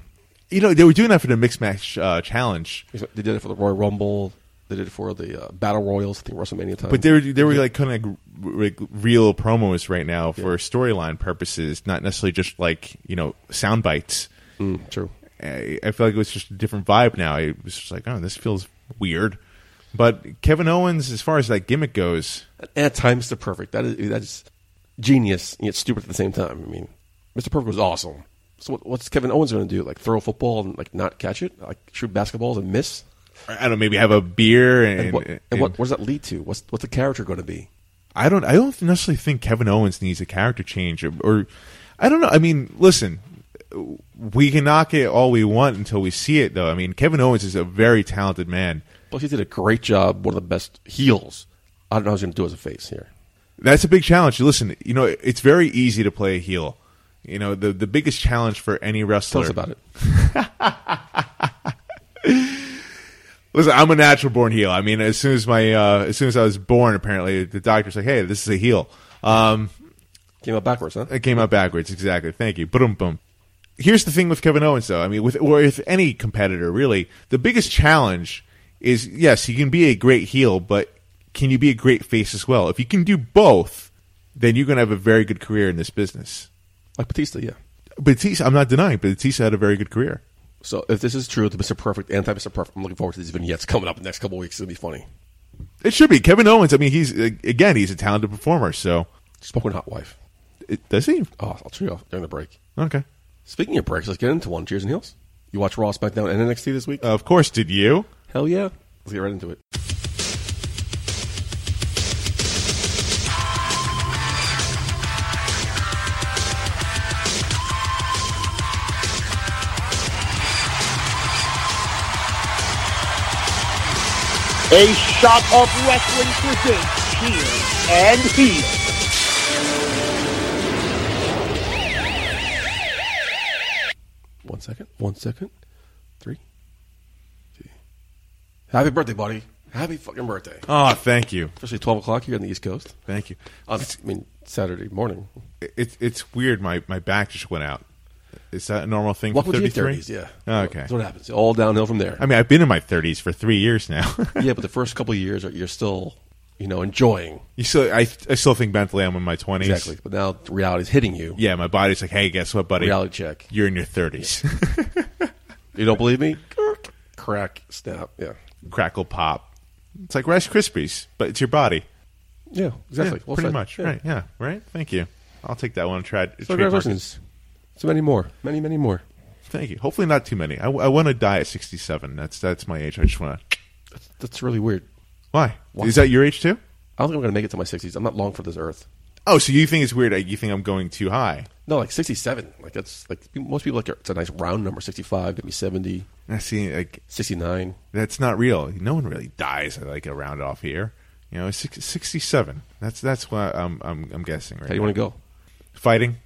Speaker 3: You know, they were doing that for the mixed match uh, challenge,
Speaker 2: They did it for the Royal Rumble. They did it for the uh, Battle Royals. I think WrestleMania time.
Speaker 3: but they were they were like kind of like, like real promos right now for storyline purposes, not necessarily just like you know sound bites.
Speaker 2: Mm, true.
Speaker 3: I I feel like it was just a different vibe now. It was just like, oh, this feels weird. But Kevin Owens, as far as that gimmick goes,
Speaker 2: anti Mr. Perfect. That Eh, is that is genius yet stupid at the same time. I mean, Mr. Perfect was awesome. So what, what's Kevin Owens going to do? Like throw a football and like not catch it? Like shoot basketballs and miss?
Speaker 3: I don't know, maybe have a beer and,
Speaker 2: And, what, and,
Speaker 3: and-
Speaker 2: what, what does that lead to? What's what's the character going to be?
Speaker 3: I don't, I don't necessarily think Kevin Owens needs a character change or, or I don't know. I mean, listen, we can knock it all we want until we see it, though. I mean, Kevin Owens is a very talented man.
Speaker 2: Plus, he did a great job. One of the best heels. I don't know how he's going to do as a face here.
Speaker 3: That's a big challenge. Listen, you know, it's very easy to play a heel. You know, the the biggest challenge for any
Speaker 2: Tell
Speaker 3: wrestler.
Speaker 2: us about it.
Speaker 3: Listen, I'm a natural born heel. I mean, as soon as my uh, as soon as I was born, apparently the doctor's like, "Hey, this is a heel." Um,
Speaker 2: Came out backwards, huh?
Speaker 3: it came out backwards, exactly. Thank you. Boom, boom. Here's the thing with Kevin Owens, though. I mean, with or with any competitor, really, the biggest challenge is yes, you can be a great heel, but can you be a great face as well? If you can do both, then you're going to have a very good career in this business.
Speaker 2: Like Batista, yeah.
Speaker 3: Batista, I'm not denying, Batista had a very good career.
Speaker 2: So if this is true, the Mr. Perfect, anti Mr. Perfect, I'm looking forward to these vignettes coming up in the next couple of weeks. It'll be funny.
Speaker 3: It should be Kevin Owens. I mean, he's again, he's a talented performer. So
Speaker 2: Spoken hot wife.
Speaker 3: it does he?
Speaker 2: Oh, I'll treat you off during the break.
Speaker 3: Okay.
Speaker 2: Speaking of breaks, let's get into one. Cheers and heels. You watch Raw, SmackDown, and NXT this week?
Speaker 3: Of course, did you?
Speaker 2: Hell yeah. Let's get right into it.
Speaker 6: A shot of wrestling presents Cheers and Heels.
Speaker 2: One second. One second. Three. Two. Happy birthday, buddy. Happy fucking birthday.
Speaker 3: Oh, thank you,
Speaker 2: Especially 12 o'clock here on the East Coast.
Speaker 3: thank you.
Speaker 2: On, I mean, Saturday morning.
Speaker 3: It's it's weird. My my back just went out. Is that a normal thing?
Speaker 2: Luck
Speaker 3: for
Speaker 2: with your
Speaker 3: 33?
Speaker 2: 30s, yeah.
Speaker 3: Oh, okay.
Speaker 2: That's what happens. All downhill from there.
Speaker 3: I mean, I've been in my 30s for three years now.
Speaker 2: yeah, but the first couple of years, are, you're still, you know, enjoying.
Speaker 3: you still, I, I still think mentally I'm in my 20s.
Speaker 2: Exactly. But now reality's hitting you.
Speaker 3: Yeah, my body's like, hey, guess what, buddy?
Speaker 2: Reality check.
Speaker 3: You're in your 30s.
Speaker 2: You don't believe me? Kirk. Crack. Snap. Yeah.
Speaker 3: Crackle pop. It's like Rice Krispies, but it's your body.
Speaker 2: Yeah, exactly.
Speaker 3: Yeah,
Speaker 2: Well
Speaker 3: pretty
Speaker 2: said.
Speaker 3: much.
Speaker 2: Yeah.
Speaker 3: Right. Yeah. Right. Thank you. I'll take that one. Try.
Speaker 2: So congratulations. So many more. Many, many more.
Speaker 3: Thank you. Hopefully not too many. I, I want to die at 67. That's that's my age. I just want to.
Speaker 2: That's really weird.
Speaker 3: Why?
Speaker 2: Why?
Speaker 3: Is that your age too?
Speaker 2: I don't think I'm going to make it to my 60s. I'm not long for this earth.
Speaker 3: Oh, so you think it's weird? uh, You think I'm going too high?
Speaker 2: No, like 67. Like that's like most people like it's a nice round number 65, maybe 70,
Speaker 3: I see. Like
Speaker 2: 69.
Speaker 3: that's not real. No one really dies at like a round off here. You know, six, 67. That's that's what I'm I'm, I'm guessing right.
Speaker 2: How do you want to go?
Speaker 3: Fighting.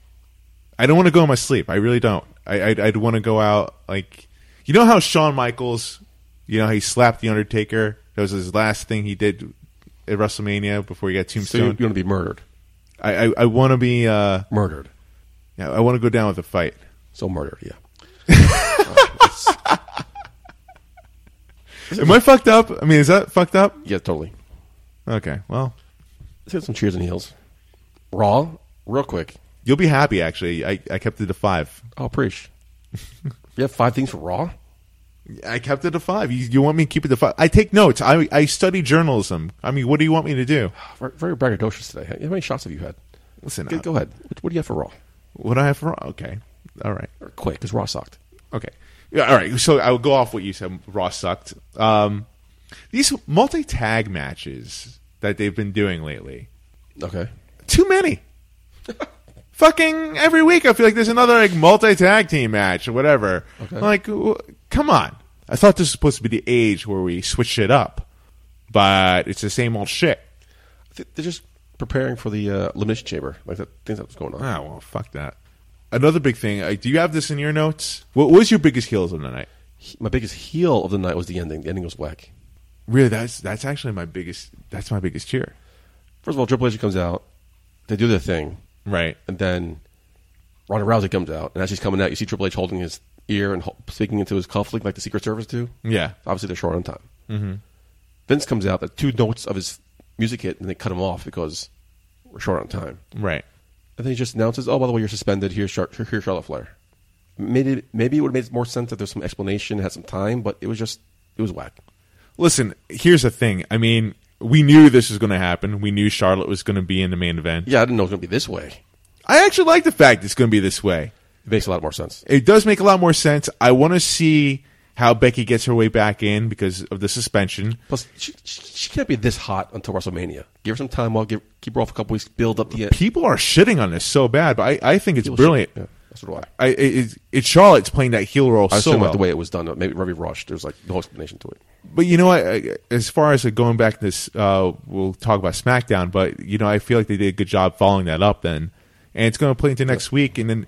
Speaker 3: I don't want to go in my sleep. I really don't. I I'd, I'd want to go out like you know how Shawn Michaels, you know how he slapped the Undertaker. That was his last thing he did at WrestleMania before he got
Speaker 2: So you,
Speaker 3: tombstone.
Speaker 2: you want to be murdered?
Speaker 3: I I, I want to be. Uh,
Speaker 2: Murdered.
Speaker 3: yeah, I want to go down with a fight.
Speaker 2: So murdered, yeah.
Speaker 3: Am I fucked up? I mean, is that fucked up?
Speaker 2: Yeah, totally.
Speaker 3: Okay, well,
Speaker 2: Let's get some cheers and heels. Raw, real quick.
Speaker 3: you'll be happy. Actually, I I kept it to five.
Speaker 2: Oh, preach. you have five things for Raw?
Speaker 3: I kept it to five. You, you want me to keep it to five? I take notes. I I study journalism. I mean, what do you want me to do?
Speaker 2: Very, very braggadocious today. How many shots have you had?
Speaker 3: Listen,
Speaker 2: Go,
Speaker 3: I-
Speaker 2: go ahead. What, what do you have for Raw?
Speaker 3: What do I have for okay? All right,
Speaker 2: Quick, because Raw sucked.
Speaker 3: okay, yeah, all right. So I will go off what you said. Raw sucked. Um, these multi tag matches that they've been doing lately,
Speaker 2: Okay.
Speaker 3: too many. Fucking every week, I feel like there's another like multi tag team match or whatever. Like, w- come on. I thought this was supposed to be the age where we switch it up, but it's the same old shit.
Speaker 2: I think They're just preparing for the uh, Elimination Chamber. Like, that, I think that was going on.
Speaker 3: Ah, well, fuck that. Another big thing. Like, do you have this in your notes? What was your biggest heels of the night?
Speaker 2: He- My biggest heel of the night was the ending. The ending was whack.
Speaker 3: Really, that's that's actually my biggest. That's my biggest cheer.
Speaker 2: First of all, Triple H comes out. They do their thing.
Speaker 3: Right.
Speaker 2: And then Ronda Rousey comes out. And as she's coming out, you see Triple H holding his ear and ho- speaking into his cufflink like the Secret Service do.
Speaker 3: Yeah.
Speaker 2: Obviously, they're short on time. Mm-hmm. Vince comes out, the two notes of his music hit, and they cut him off because we're short on time.
Speaker 3: Right.
Speaker 2: And then he just announces, "Oh, by the way, you're suspended. Here's, Char- here's Charlotte Flair." Maybe maybe it would have made more sense if there's some explanation, had some time, but it was just it was whack.
Speaker 3: Listen, here's the thing. I mean, we knew this was going to happen. We knew Charlotte was going to be in the main event.
Speaker 2: Yeah, I didn't know it was gonna be this way.
Speaker 3: I actually like the fact it's going to be this way.
Speaker 2: It makes a lot more sense.
Speaker 3: It does make a lot more sense. I want to see how Becky gets her way back in because of the suspension.
Speaker 2: Plus, she, she, she can't be this hot until WrestleMania. Give her some time. I'll give, keep her off a couple weeks. Build up the end.
Speaker 3: People are shitting on this so bad, but I, I think it's brilliant.
Speaker 2: Yeah, that's what I.
Speaker 3: I, it, it's- it's Charlotte's playing that heel role
Speaker 2: I
Speaker 3: so
Speaker 2: assume
Speaker 3: well.
Speaker 2: like the way it was done. Maybe Ruby Rush. There's like no explanation to it.
Speaker 3: But you know what? I- As far as like going back to this, uh, we'll talk about SmackDown. But you know, I feel like they did a good job following that up then, and it's going to play into next week. And then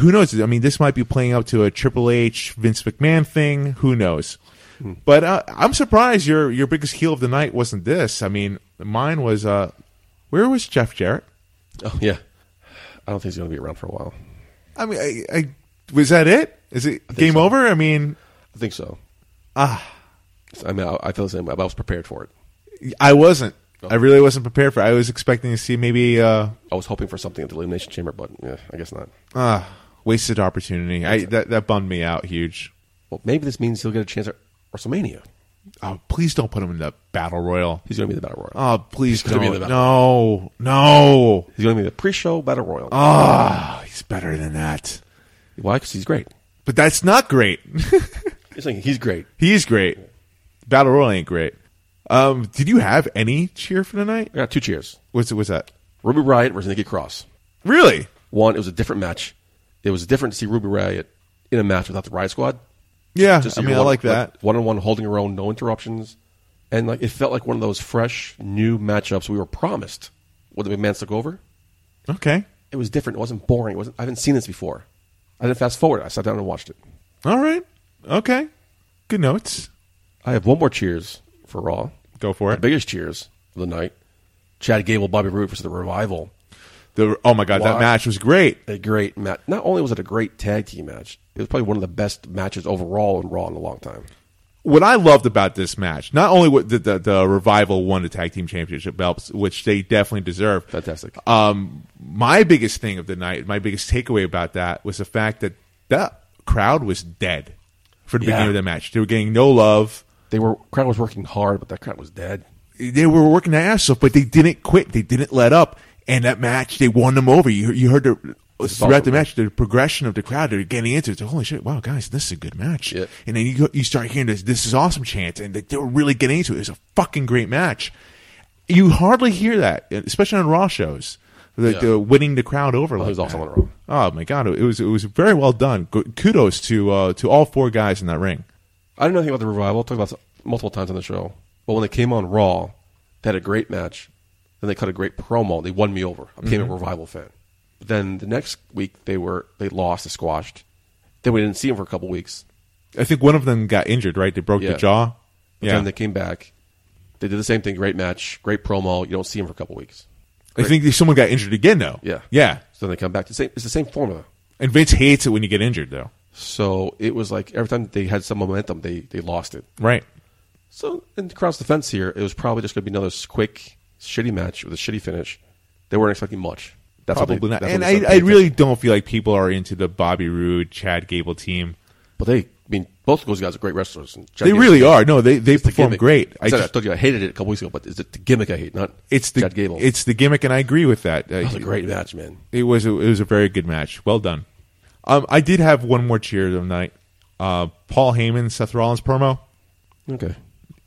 Speaker 3: who knows? I mean, this might be playing up to a Triple H Vince McMahon thing. Who knows? But uh, I'm surprised your your biggest heel of the night wasn't this. I mean, mine was. Uh, where was Jeff Jarrett?
Speaker 2: Oh yeah, I don't think he's gonna be around for a while.
Speaker 3: I mean, I, I was that it? Is it game
Speaker 2: so.
Speaker 3: over? I mean,
Speaker 2: I think so. Ah, I mean, I, I feel the same. way, but I was prepared for it.
Speaker 3: I wasn't. I really wasn't prepared for. it. I was expecting to see maybe. Uh,
Speaker 2: I was hoping for something at the Elimination Chamber, but yeah, I guess not.
Speaker 3: Ah, wasted opportunity. I that that bummed me out huge.
Speaker 2: Well, maybe this means he'll get a chance at WrestleMania.
Speaker 3: Oh, please don't put him in the battle royal.
Speaker 2: He's going to be the Battle Royal.
Speaker 3: Oh, please
Speaker 2: gonna be
Speaker 3: don't.
Speaker 2: in the
Speaker 3: No, no.
Speaker 2: he's going to be the pre-show Battle Royal.
Speaker 3: Ah, he's better than that.
Speaker 2: Why? Because he's great.
Speaker 3: But that's not great.
Speaker 2: He's saying he's great.
Speaker 3: he's great. Battle royal ain't great. Um, did you have any cheer for tonight?
Speaker 2: I got two cheers.
Speaker 3: What's it? What's that?
Speaker 2: Ruby Riot versus Nikki Cross.
Speaker 3: Really?
Speaker 2: One, it was a different match. It was different to see Ruby Riot in a match without the Riot Squad.
Speaker 3: Yeah.
Speaker 2: Just
Speaker 3: I
Speaker 2: see
Speaker 3: mean,
Speaker 2: her
Speaker 3: I
Speaker 2: one-
Speaker 3: like that.
Speaker 2: One-on-one, holding her own, no interruptions. And like it felt like one of those fresh, new matchups we were promised when the man took over.
Speaker 3: Okay.
Speaker 2: It was different. It wasn't boring. It wasn't, I haven't seen this before. I didn't fast forward. I sat down and watched it.
Speaker 3: All right. Okay. Good notes.
Speaker 2: I have one more cheers for Raw.
Speaker 3: Go for
Speaker 2: My
Speaker 3: it.
Speaker 2: biggest cheers of the night. Chad Gable, Bobby Roode versus the Revival.
Speaker 3: The, oh my god, that
Speaker 2: Why?
Speaker 3: match was great.
Speaker 2: A great match. Not only was it a great tag team match, it was probably one of the best matches overall in Raw in a long time.
Speaker 3: what I loved about this match, not only what the, the, the revival won the tag team championship belts, which they definitely deserve.
Speaker 2: Fantastic.
Speaker 3: Um, my biggest thing of the night, my biggest takeaway about that was the fact that that crowd was dead for the
Speaker 2: Yeah.
Speaker 3: beginning of the match. They were getting no love.
Speaker 2: They were crowd was working hard, but that crowd was dead.
Speaker 3: They were working their ass off, but they didn't quit. They didn't let up. And that match, they won them over. You you heard the throughout
Speaker 2: awesome,
Speaker 3: the
Speaker 2: man.
Speaker 3: match the progression of the crowd they're getting into. It's like, holy shit! Wow, guys, this is a good match.
Speaker 2: Yeah.
Speaker 3: And then you go, you start hearing this. This is awesome chants, and they, they were really getting into it. It was a fucking great match. You hardly hear that, especially on Raw shows. The, the winning the crowd over. like
Speaker 2: was
Speaker 3: that.
Speaker 2: awesome on Raw.
Speaker 3: Oh my god, it was it was very well done. Go- Kudos to uh, to all four guys in that ring.
Speaker 2: I don't know anything about the Revival. I talked about this multiple times on the show. But when they came on Raw, they had a great match. Then they cut a great promo. They won me over. I became a Revival fan. Then the next week they were they lost, they squashed. Then we didn't see them for a couple weeks.
Speaker 3: I think one of them got injured, right? They broke
Speaker 2: Yeah.
Speaker 3: the jaw.
Speaker 2: But Then they came back. They did the same thing. Great match, great promo. You don't see him for a couple weeks.
Speaker 3: I think someone got injured again, though.
Speaker 2: Yeah.
Speaker 3: Yeah.
Speaker 2: So then they come back. It's the same, it's the same formula.
Speaker 3: And Vince hates it when you get injured, though.
Speaker 2: So it was like every time they had some momentum, they, they lost it.
Speaker 3: Right.
Speaker 2: So in Crowd's defense here, it was probably just going to be another s- quick, shitty match with a shitty finish. They weren't expecting much. That's what they-
Speaker 3: Probably not.
Speaker 2: that's what
Speaker 3: And
Speaker 2: they started
Speaker 3: I, I
Speaker 2: paying
Speaker 3: really
Speaker 2: attention.
Speaker 3: don't feel like people are into the Bobby Roode, Chad Gable team.
Speaker 2: But they, I mean, both of those guys are great wrestlers. And Chad
Speaker 3: They
Speaker 2: Gable-
Speaker 3: really are. No, they they
Speaker 2: it's the
Speaker 3: perform
Speaker 2: gimmick.
Speaker 3: great. I
Speaker 2: I, said, I
Speaker 3: just,
Speaker 2: told you I hated it a couple weeks ago, but it's the gimmick I hate, not
Speaker 3: it's the
Speaker 2: Chad Gable.
Speaker 3: It's the gimmick, and I agree with that. Uh,
Speaker 2: that was a great match, man.
Speaker 3: It was a, it was a very good match. Well done. Um, I did have one more cheer of the night. Uh, Paul Heyman, Seth Rollins promo.
Speaker 2: Okay.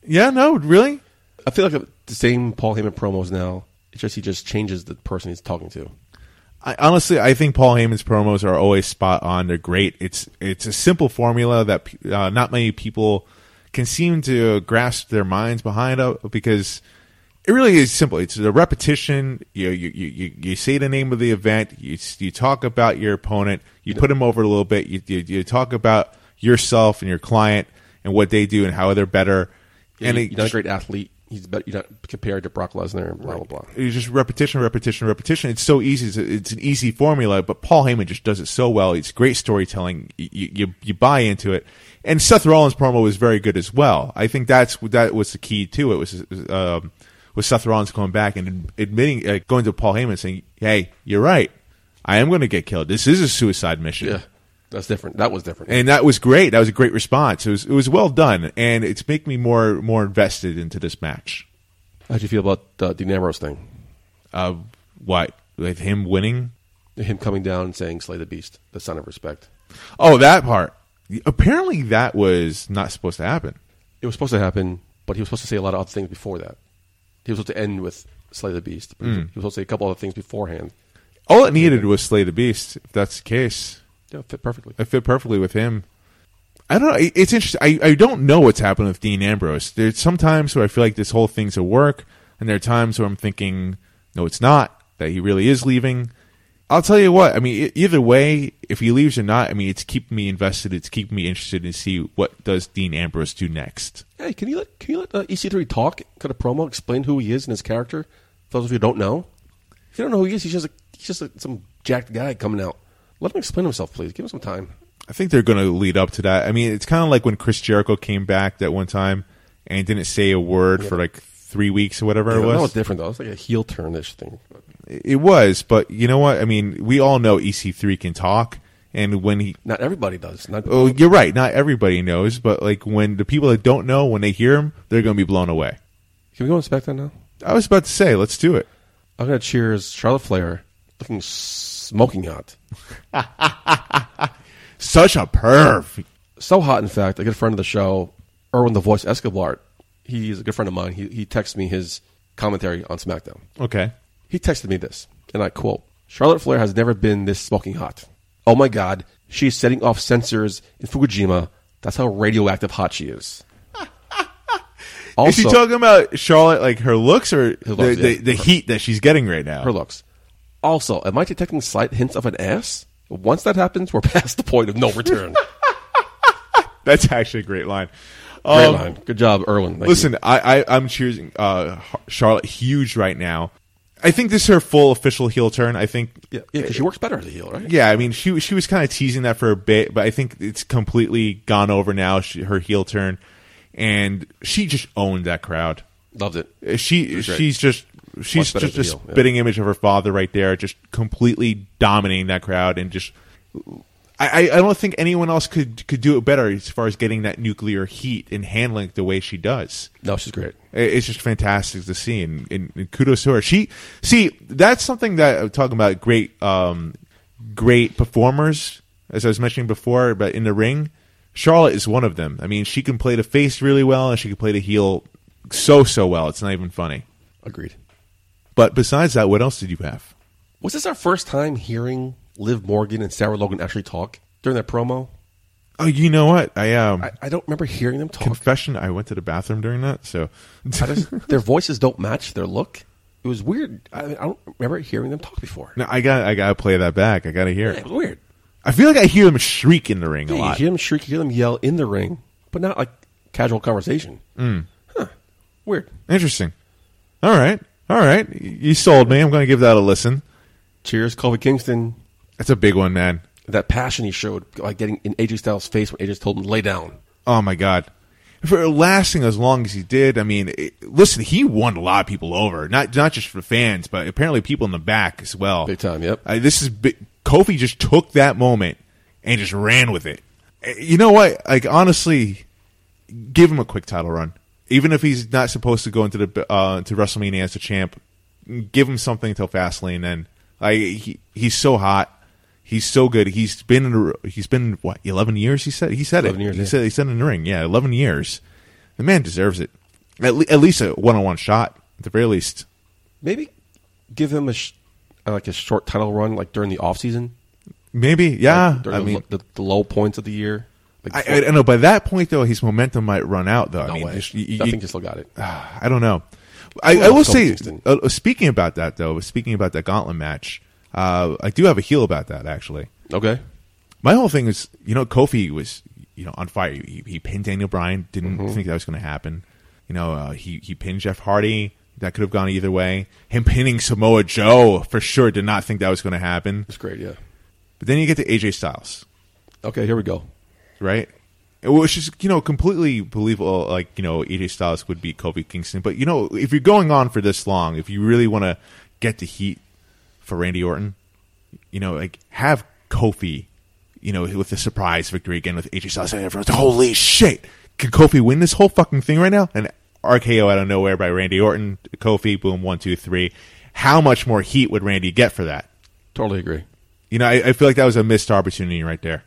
Speaker 3: Yeah, no, really.
Speaker 2: I feel like the same Paul Heyman promos now. It's just he just changes the person he's talking to.
Speaker 3: I, honestly, I think Paul Heyman's promos are always spot on. They're great. It's it's a simple formula that pe- uh, not many people can seem to grasp their minds behind uh, because it really is simple. It's the repetition. You you, you you you say the name of the event. You s- you talk about your opponent. You put him over a little bit. You you, you talk about yourself and your client and what they do and how they're better. and
Speaker 2: you're
Speaker 3: it
Speaker 2: not a
Speaker 3: just-
Speaker 2: great athlete. He's better, you're not compared to Brock Lesnar. and Blah blah blah.
Speaker 3: it's just repetition, repetition, repetition. It's so easy. It's, it's an easy formula, but Paul Heyman just does it so well. It's great storytelling. You, you you buy into it, and Seth Rollins promo was very good as well. I think that's that was the key too. It was um, was Seth Rollins going back and admitting, uh, going to Paul Heyman and saying, "Hey, you're right. I am going to get killed. This is a suicide mission."
Speaker 2: Yeah, that's different. That was different.
Speaker 3: and that was great. That was a great response. It was it was well done, and it's making me more more invested into this match.
Speaker 2: How do you feel about uh, the Ambrose thing?
Speaker 3: Uh, what with him winning?
Speaker 2: Him coming down and saying "Slay the Beast," the sign of respect.
Speaker 3: Oh, that part. Apparently, that was not supposed to happen.
Speaker 2: It was supposed to happen, but he was supposed to say a lot of other things before that. He was supposed to end with "Slay the Beast." But He was supposed to say a couple other things beforehand.
Speaker 3: All it needed was Slay the Beast. If that's the case,
Speaker 2: Yeah, fit perfectly.
Speaker 3: it fit perfectly with him. I don't know. It- It's interesting. I, I don't know what's happening with Dean Ambrose. There's some times where I feel like this whole thing's a work, and there are times where I'm thinking, no, it's not, that he really is leaving. I'll tell you what. I mean, e- either way, if he leaves or not, I mean, it's keeping me invested. It's keeping me interested to see what does Dean Ambrose do next.
Speaker 2: Hey, can you let can you let uh, EC3 talk, cut a promo, explain who he is and his character? For those of you who don't know, if you don't know who he is, he's just a, he's just a, some jacked guy coming out. Let him explain himself, please. Give him some time.
Speaker 3: I think they're going to lead up to that. I mean, it's kind of like when Chris Jericho came back that one time and didn't say a word for like three weeks or whatever it
Speaker 2: That was
Speaker 3: was.
Speaker 2: different though. It's like a heel turnish thing.
Speaker 3: It was, but you know what? I mean, we all know EC3 can talk, and when he.
Speaker 2: Not everybody does. Not
Speaker 3: Oh, you're right. Not everybody knows, but like when the people that don't know, when they hear him, they're going to be blown away.
Speaker 2: Can we go on SmackDown now?
Speaker 3: I was about to say, let's do it.
Speaker 2: I'm gonna cheers Charlotte Flair, looking smoking hot,
Speaker 3: Such a perv.
Speaker 2: so hot in fact. A good friend of the show, Erwin the Voice Escobar, he's a good friend of mine. He he texted me his commentary on SmackDown.
Speaker 3: Okay.
Speaker 2: He texted me this, and I quote Charlotte Flair has never been this smoking hot. Oh my God, she's setting off sensors in Fukushima. That's how radioactive hot she is.
Speaker 3: Is he talking about Charlotte, like her looks, or the,
Speaker 2: looks,
Speaker 3: the,
Speaker 2: yeah.
Speaker 3: the heat that she's getting right now?
Speaker 2: her looks. Also, am I detecting slight hints of an ass? Once that happens, we're past the point of no return.
Speaker 3: That's actually a great line.
Speaker 2: Great
Speaker 3: Um,
Speaker 2: line. Good job, Erwin. Thank you.
Speaker 3: Listen, I, I I'm choosing uh, Har- Charlotte huge right now. I think this is her full official heel turn. I think.
Speaker 2: Yeah, because she works better as a heel, right?
Speaker 3: Yeah, I mean, she she was kind of teasing that for a bit, but I think it's completely gone over now. She, her heel turn, and she just owned that crowd.
Speaker 2: Loved it.
Speaker 3: Uh, She
Speaker 2: Great.
Speaker 3: she's just
Speaker 2: Much
Speaker 3: she's
Speaker 2: better
Speaker 3: just a
Speaker 2: as a heel, yeah.
Speaker 3: spitting image of her father right there, just completely dominating that crowd and just. I, I I don't think anyone else could could do it better as far as getting that nuclear heat and handling it the way she does.
Speaker 2: No, she's great.
Speaker 3: It- It's just fantastic to see, and, and, and kudos to her. She, see, that's something that I'm talking about. Great, um, great performers, as I was mentioning before, but in the ring, Charlotte is one of them. I mean, she can play the face really well, and she can play the heel so so well. It's not even funny.
Speaker 2: Agreed.
Speaker 3: But besides that, what else did you have?
Speaker 2: Was this our first time hearing Liv Morgan and Sarah Logan actually talk during that promo?
Speaker 3: Oh, you know what? I um,
Speaker 2: I, I don't remember hearing them talk.
Speaker 3: confession, I went to the bathroom during that, so
Speaker 2: I just- their voices don't match their look. It was weird. I, mean, I don't remember hearing them talk before.
Speaker 3: no, I got I got to play that back. I got to hear
Speaker 2: Yeah, it
Speaker 3: it.
Speaker 2: was weird.
Speaker 3: I feel like I hear them shriek in the ring a
Speaker 2: Yeah, you
Speaker 3: lot.
Speaker 2: hear them shriek, you hear them yell in the ring, but Mm. not like casual conversation. Huh. Weird.
Speaker 3: Interesting. All right. All right, you sold me. I'm going to give that a listen.
Speaker 2: Cheers, Colby Kingston.
Speaker 3: That's a big one, man.
Speaker 2: That passion he showed, like getting in AJ Styles' face when AJ told him lay down.
Speaker 3: Oh my god. For lasting as long as he did, I mean, it, listen, he won a lot of people over. Not not just for fans, but apparently people in the back as well.
Speaker 2: Big time, yep.
Speaker 3: Uh, this is bi- Kofi just took that moment and just ran with it. Uh, You know what? Like honestly, give him a quick title run, even if he's not supposed to go into the uh, to WrestleMania as a champ. Give him something until Fastlane, and like he, he's so hot, he's so good. He's been in a, he's been what eleven years. He said he said it.
Speaker 2: 11 years,
Speaker 3: he
Speaker 2: yeah.
Speaker 3: said he said in the ring. Yeah, eleven years. The man deserves it. At, le- at least a one on one shot, at the very least.
Speaker 2: Maybe give him a sh- uh, like a short title run, like during the off season.
Speaker 3: Maybe, yeah.
Speaker 2: during
Speaker 3: Ah, I
Speaker 2: the,
Speaker 3: mean,
Speaker 2: lo- the, the low points of the year. Like
Speaker 3: I, I don't know. By that point, though, his momentum might run out. Though I mean, just- you- you-
Speaker 2: I think he still got it.
Speaker 3: I don't know. I, I
Speaker 2: Well,
Speaker 3: will
Speaker 2: it's
Speaker 3: say,
Speaker 2: Kingston.
Speaker 3: uh, uh, speaking about that though, speaking about that gauntlet match, uh, I do have a heel about that actually.
Speaker 2: Okay.
Speaker 3: My whole thing is, you know, Kofi was, you know, on fire. He, he pinned Daniel Bryan. Didn't think that was going to happen. You know, uh, he he pinned Jeff Hardy. That could have gone either way. Him pinning Samoa Joe for sure. Did not think that was going to happen.
Speaker 2: It's great, yeah.
Speaker 3: But then you get to AJ Styles.
Speaker 2: Okay, here we go.
Speaker 3: right? Which is you know completely believable. Like you know, AJ Styles would beat Kofi Kingston, but you know if you're going on for this long, if you really want to get the heat for Randy Orton, you know, like have Kofi, you know, with the surprise victory again with AJ Styles, and everyone's like, holy shit, can Kofi win this whole fucking thing right now? And RKO out of nowhere by Randy Orton, Kofi, boom, one, two, three. How much more heat would Randy get for that?
Speaker 2: Totally agree.
Speaker 3: You know, I, I feel like that was a missed opportunity right there.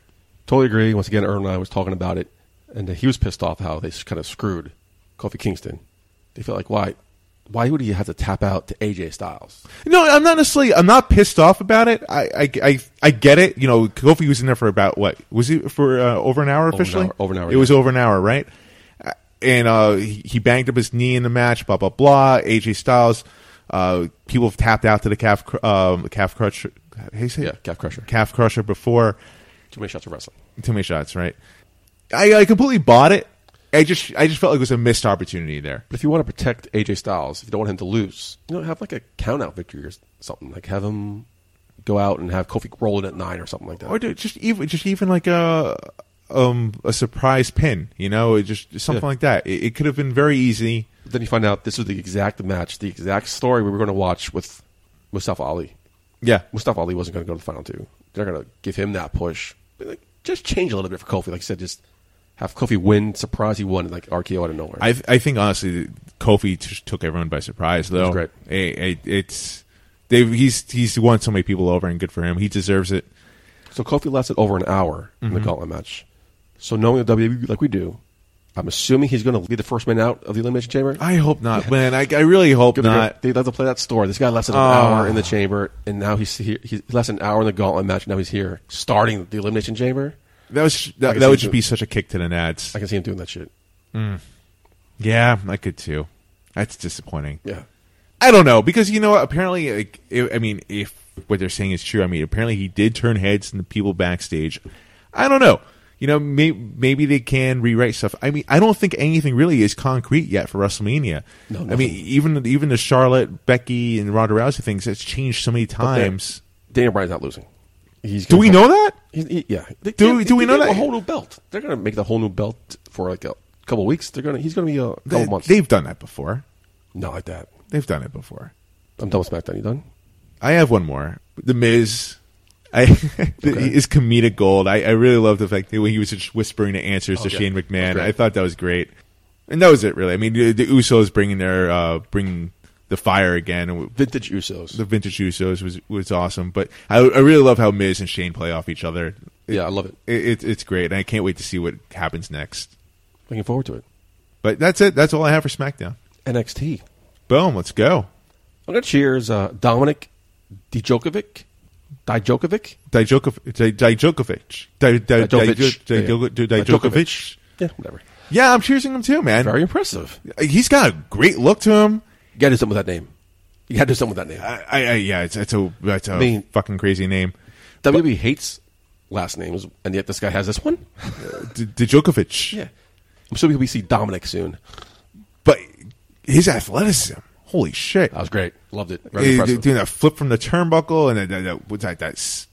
Speaker 2: Totally agree. Once again, Earl and I was talking about it, and he was pissed off how they kind of screwed Kofi Kingston. They felt like, why? Why would he have to tap out to AJ Styles?
Speaker 3: No, I'm not necessarily. I'm not pissed off about it. I, I, I, I get it. You know, Kofi was in there for about what was it for uh, over an hour
Speaker 2: an
Speaker 3: officially?
Speaker 2: hour- over an hour,
Speaker 3: It was
Speaker 2: yeah.
Speaker 3: over an hour, right? Uh, And uh, he, he banged up his knee in the match. Blah blah blah. AJ Styles. Uh, people have tapped out to the calf, cr- um, calf crusher. How do you say it?
Speaker 2: Yeah, calf crusher.
Speaker 3: Calf crusher before
Speaker 2: Too many shots of wrestling.
Speaker 3: too many shots, right? I, I completely bought it. I just, I just felt like it was a missed opportunity there.
Speaker 2: But if you want to protect AJ Styles, if you don't want him to lose, you know, have like a count out victory or something. Like have him go out and have Kofi roll in at nine or something like that.
Speaker 3: or do- just even just even like a um a surprise pin, you know, it just something
Speaker 2: Yeah.
Speaker 3: like that. It, it could have been very easy.
Speaker 2: then you find out this is the exact match, the exact story we were going to watch with Mustafa Ali.
Speaker 3: Yeah,
Speaker 2: Mustafa Ali wasn't going to go to the final two. They're going to give him that push. But, like, just change a little bit for Kofi. Like I said, just have Kofi win. Surprise, he won. Like RKO out of nowhere.
Speaker 3: I I think honestly, Kofi just took everyone by surprise though.
Speaker 2: great.
Speaker 3: It- it- it's they he's he's won so many people over, and good for him. He deserves it.
Speaker 2: so Kofi lasted over an hour in
Speaker 3: Mm-hmm.
Speaker 2: the gauntlet match. So knowing the WWE like we do, I'm assuming he's going to be the first man out of the Elimination Chamber.
Speaker 3: I hope not, man. I, I really hope
Speaker 2: Good to
Speaker 3: not. Oh.
Speaker 2: go. They have to play that story. This guy lasted an hour in the chamber, and now he's here. He lasted an hour in the gauntlet match. Now he's here, starting the elimination chamber.
Speaker 3: That was
Speaker 2: I
Speaker 3: that,
Speaker 2: can
Speaker 3: that
Speaker 2: see
Speaker 3: would just
Speaker 2: you-
Speaker 3: be such a kick to the nuts.
Speaker 2: I can see him doing that shit.
Speaker 3: Yeah, I could too. That's disappointing.
Speaker 2: Yeah,
Speaker 3: I don't know because you know what, apparently like i I mean if what they're saying is true I mean apparently he did turn heads and the people backstage I don't know you know may, maybe they can rewrite stuff I mean I don't think anything really is concrete yet for WrestleMania
Speaker 2: No,
Speaker 3: I mean
Speaker 2: nothing.
Speaker 3: even even the Charlotte Becky and Ronda Rousey things that's changed so many times
Speaker 2: Daniel Bryan's not losing. He's
Speaker 3: do we
Speaker 2: gonna-
Speaker 3: know that
Speaker 2: He's- he- yeah. They-
Speaker 3: Do we-
Speaker 2: they-
Speaker 3: do we
Speaker 2: they
Speaker 3: know
Speaker 2: gave him
Speaker 3: that?
Speaker 2: A whole new belt. They're gonna make the whole new belt for like a couple weeks. They're gonna. He's gonna be a couple
Speaker 3: they,
Speaker 2: months.
Speaker 3: they've done that before
Speaker 2: Not like that.
Speaker 3: they've done it before
Speaker 2: I'm done with SmackDown. You done?
Speaker 3: I have one more. The Miz. I,
Speaker 2: Okay.
Speaker 3: Is comedic gold. I, I really love the fact that when he was just whispering the answers to
Speaker 2: Oh, yeah.
Speaker 3: Shane McMahon.
Speaker 2: That's great.
Speaker 3: I thought that was great, and that was it. Really, I mean, the, the Usos bringing their uh, bringing the fire again.
Speaker 2: Vintage Usos.
Speaker 3: The vintage Usos was was awesome, but I, I really love how Miz and Shane play off each other. It,
Speaker 2: yeah, I love it.
Speaker 3: it, it, it's great, and I can't wait to see what happens next.
Speaker 2: Looking forward to it.
Speaker 3: But that's it. That's all I have for SmackDown.
Speaker 2: NXT.
Speaker 3: Boom. Let's go.
Speaker 2: I'm gonna cheers uh, Dominic Dijokovic. Dijokovic.
Speaker 3: Dijokovic. Di- Dijokovic. Di- Di- Dijo- Dijo- Dijokovic.
Speaker 2: Yeah, whatever.
Speaker 3: Yeah, I'm cheersing him too, man.
Speaker 2: Very impressive.
Speaker 3: He's got a great look to him.
Speaker 2: You gotta do something with that name. You gotta do something with that name.
Speaker 3: I, I, I yeah, it's, it's a that's a
Speaker 2: mean-
Speaker 3: fucking crazy name.
Speaker 2: WWE hates last names, and yet this guy has this one.
Speaker 3: D- Djokovic.
Speaker 2: I'm assuming we see Dominic soon.
Speaker 3: But his athleticism. Holy shit!
Speaker 2: That was great. Loved it. Very
Speaker 3: He-
Speaker 2: impressive.
Speaker 3: doing that flip from the turnbuckle and that, that, that what's that? That s-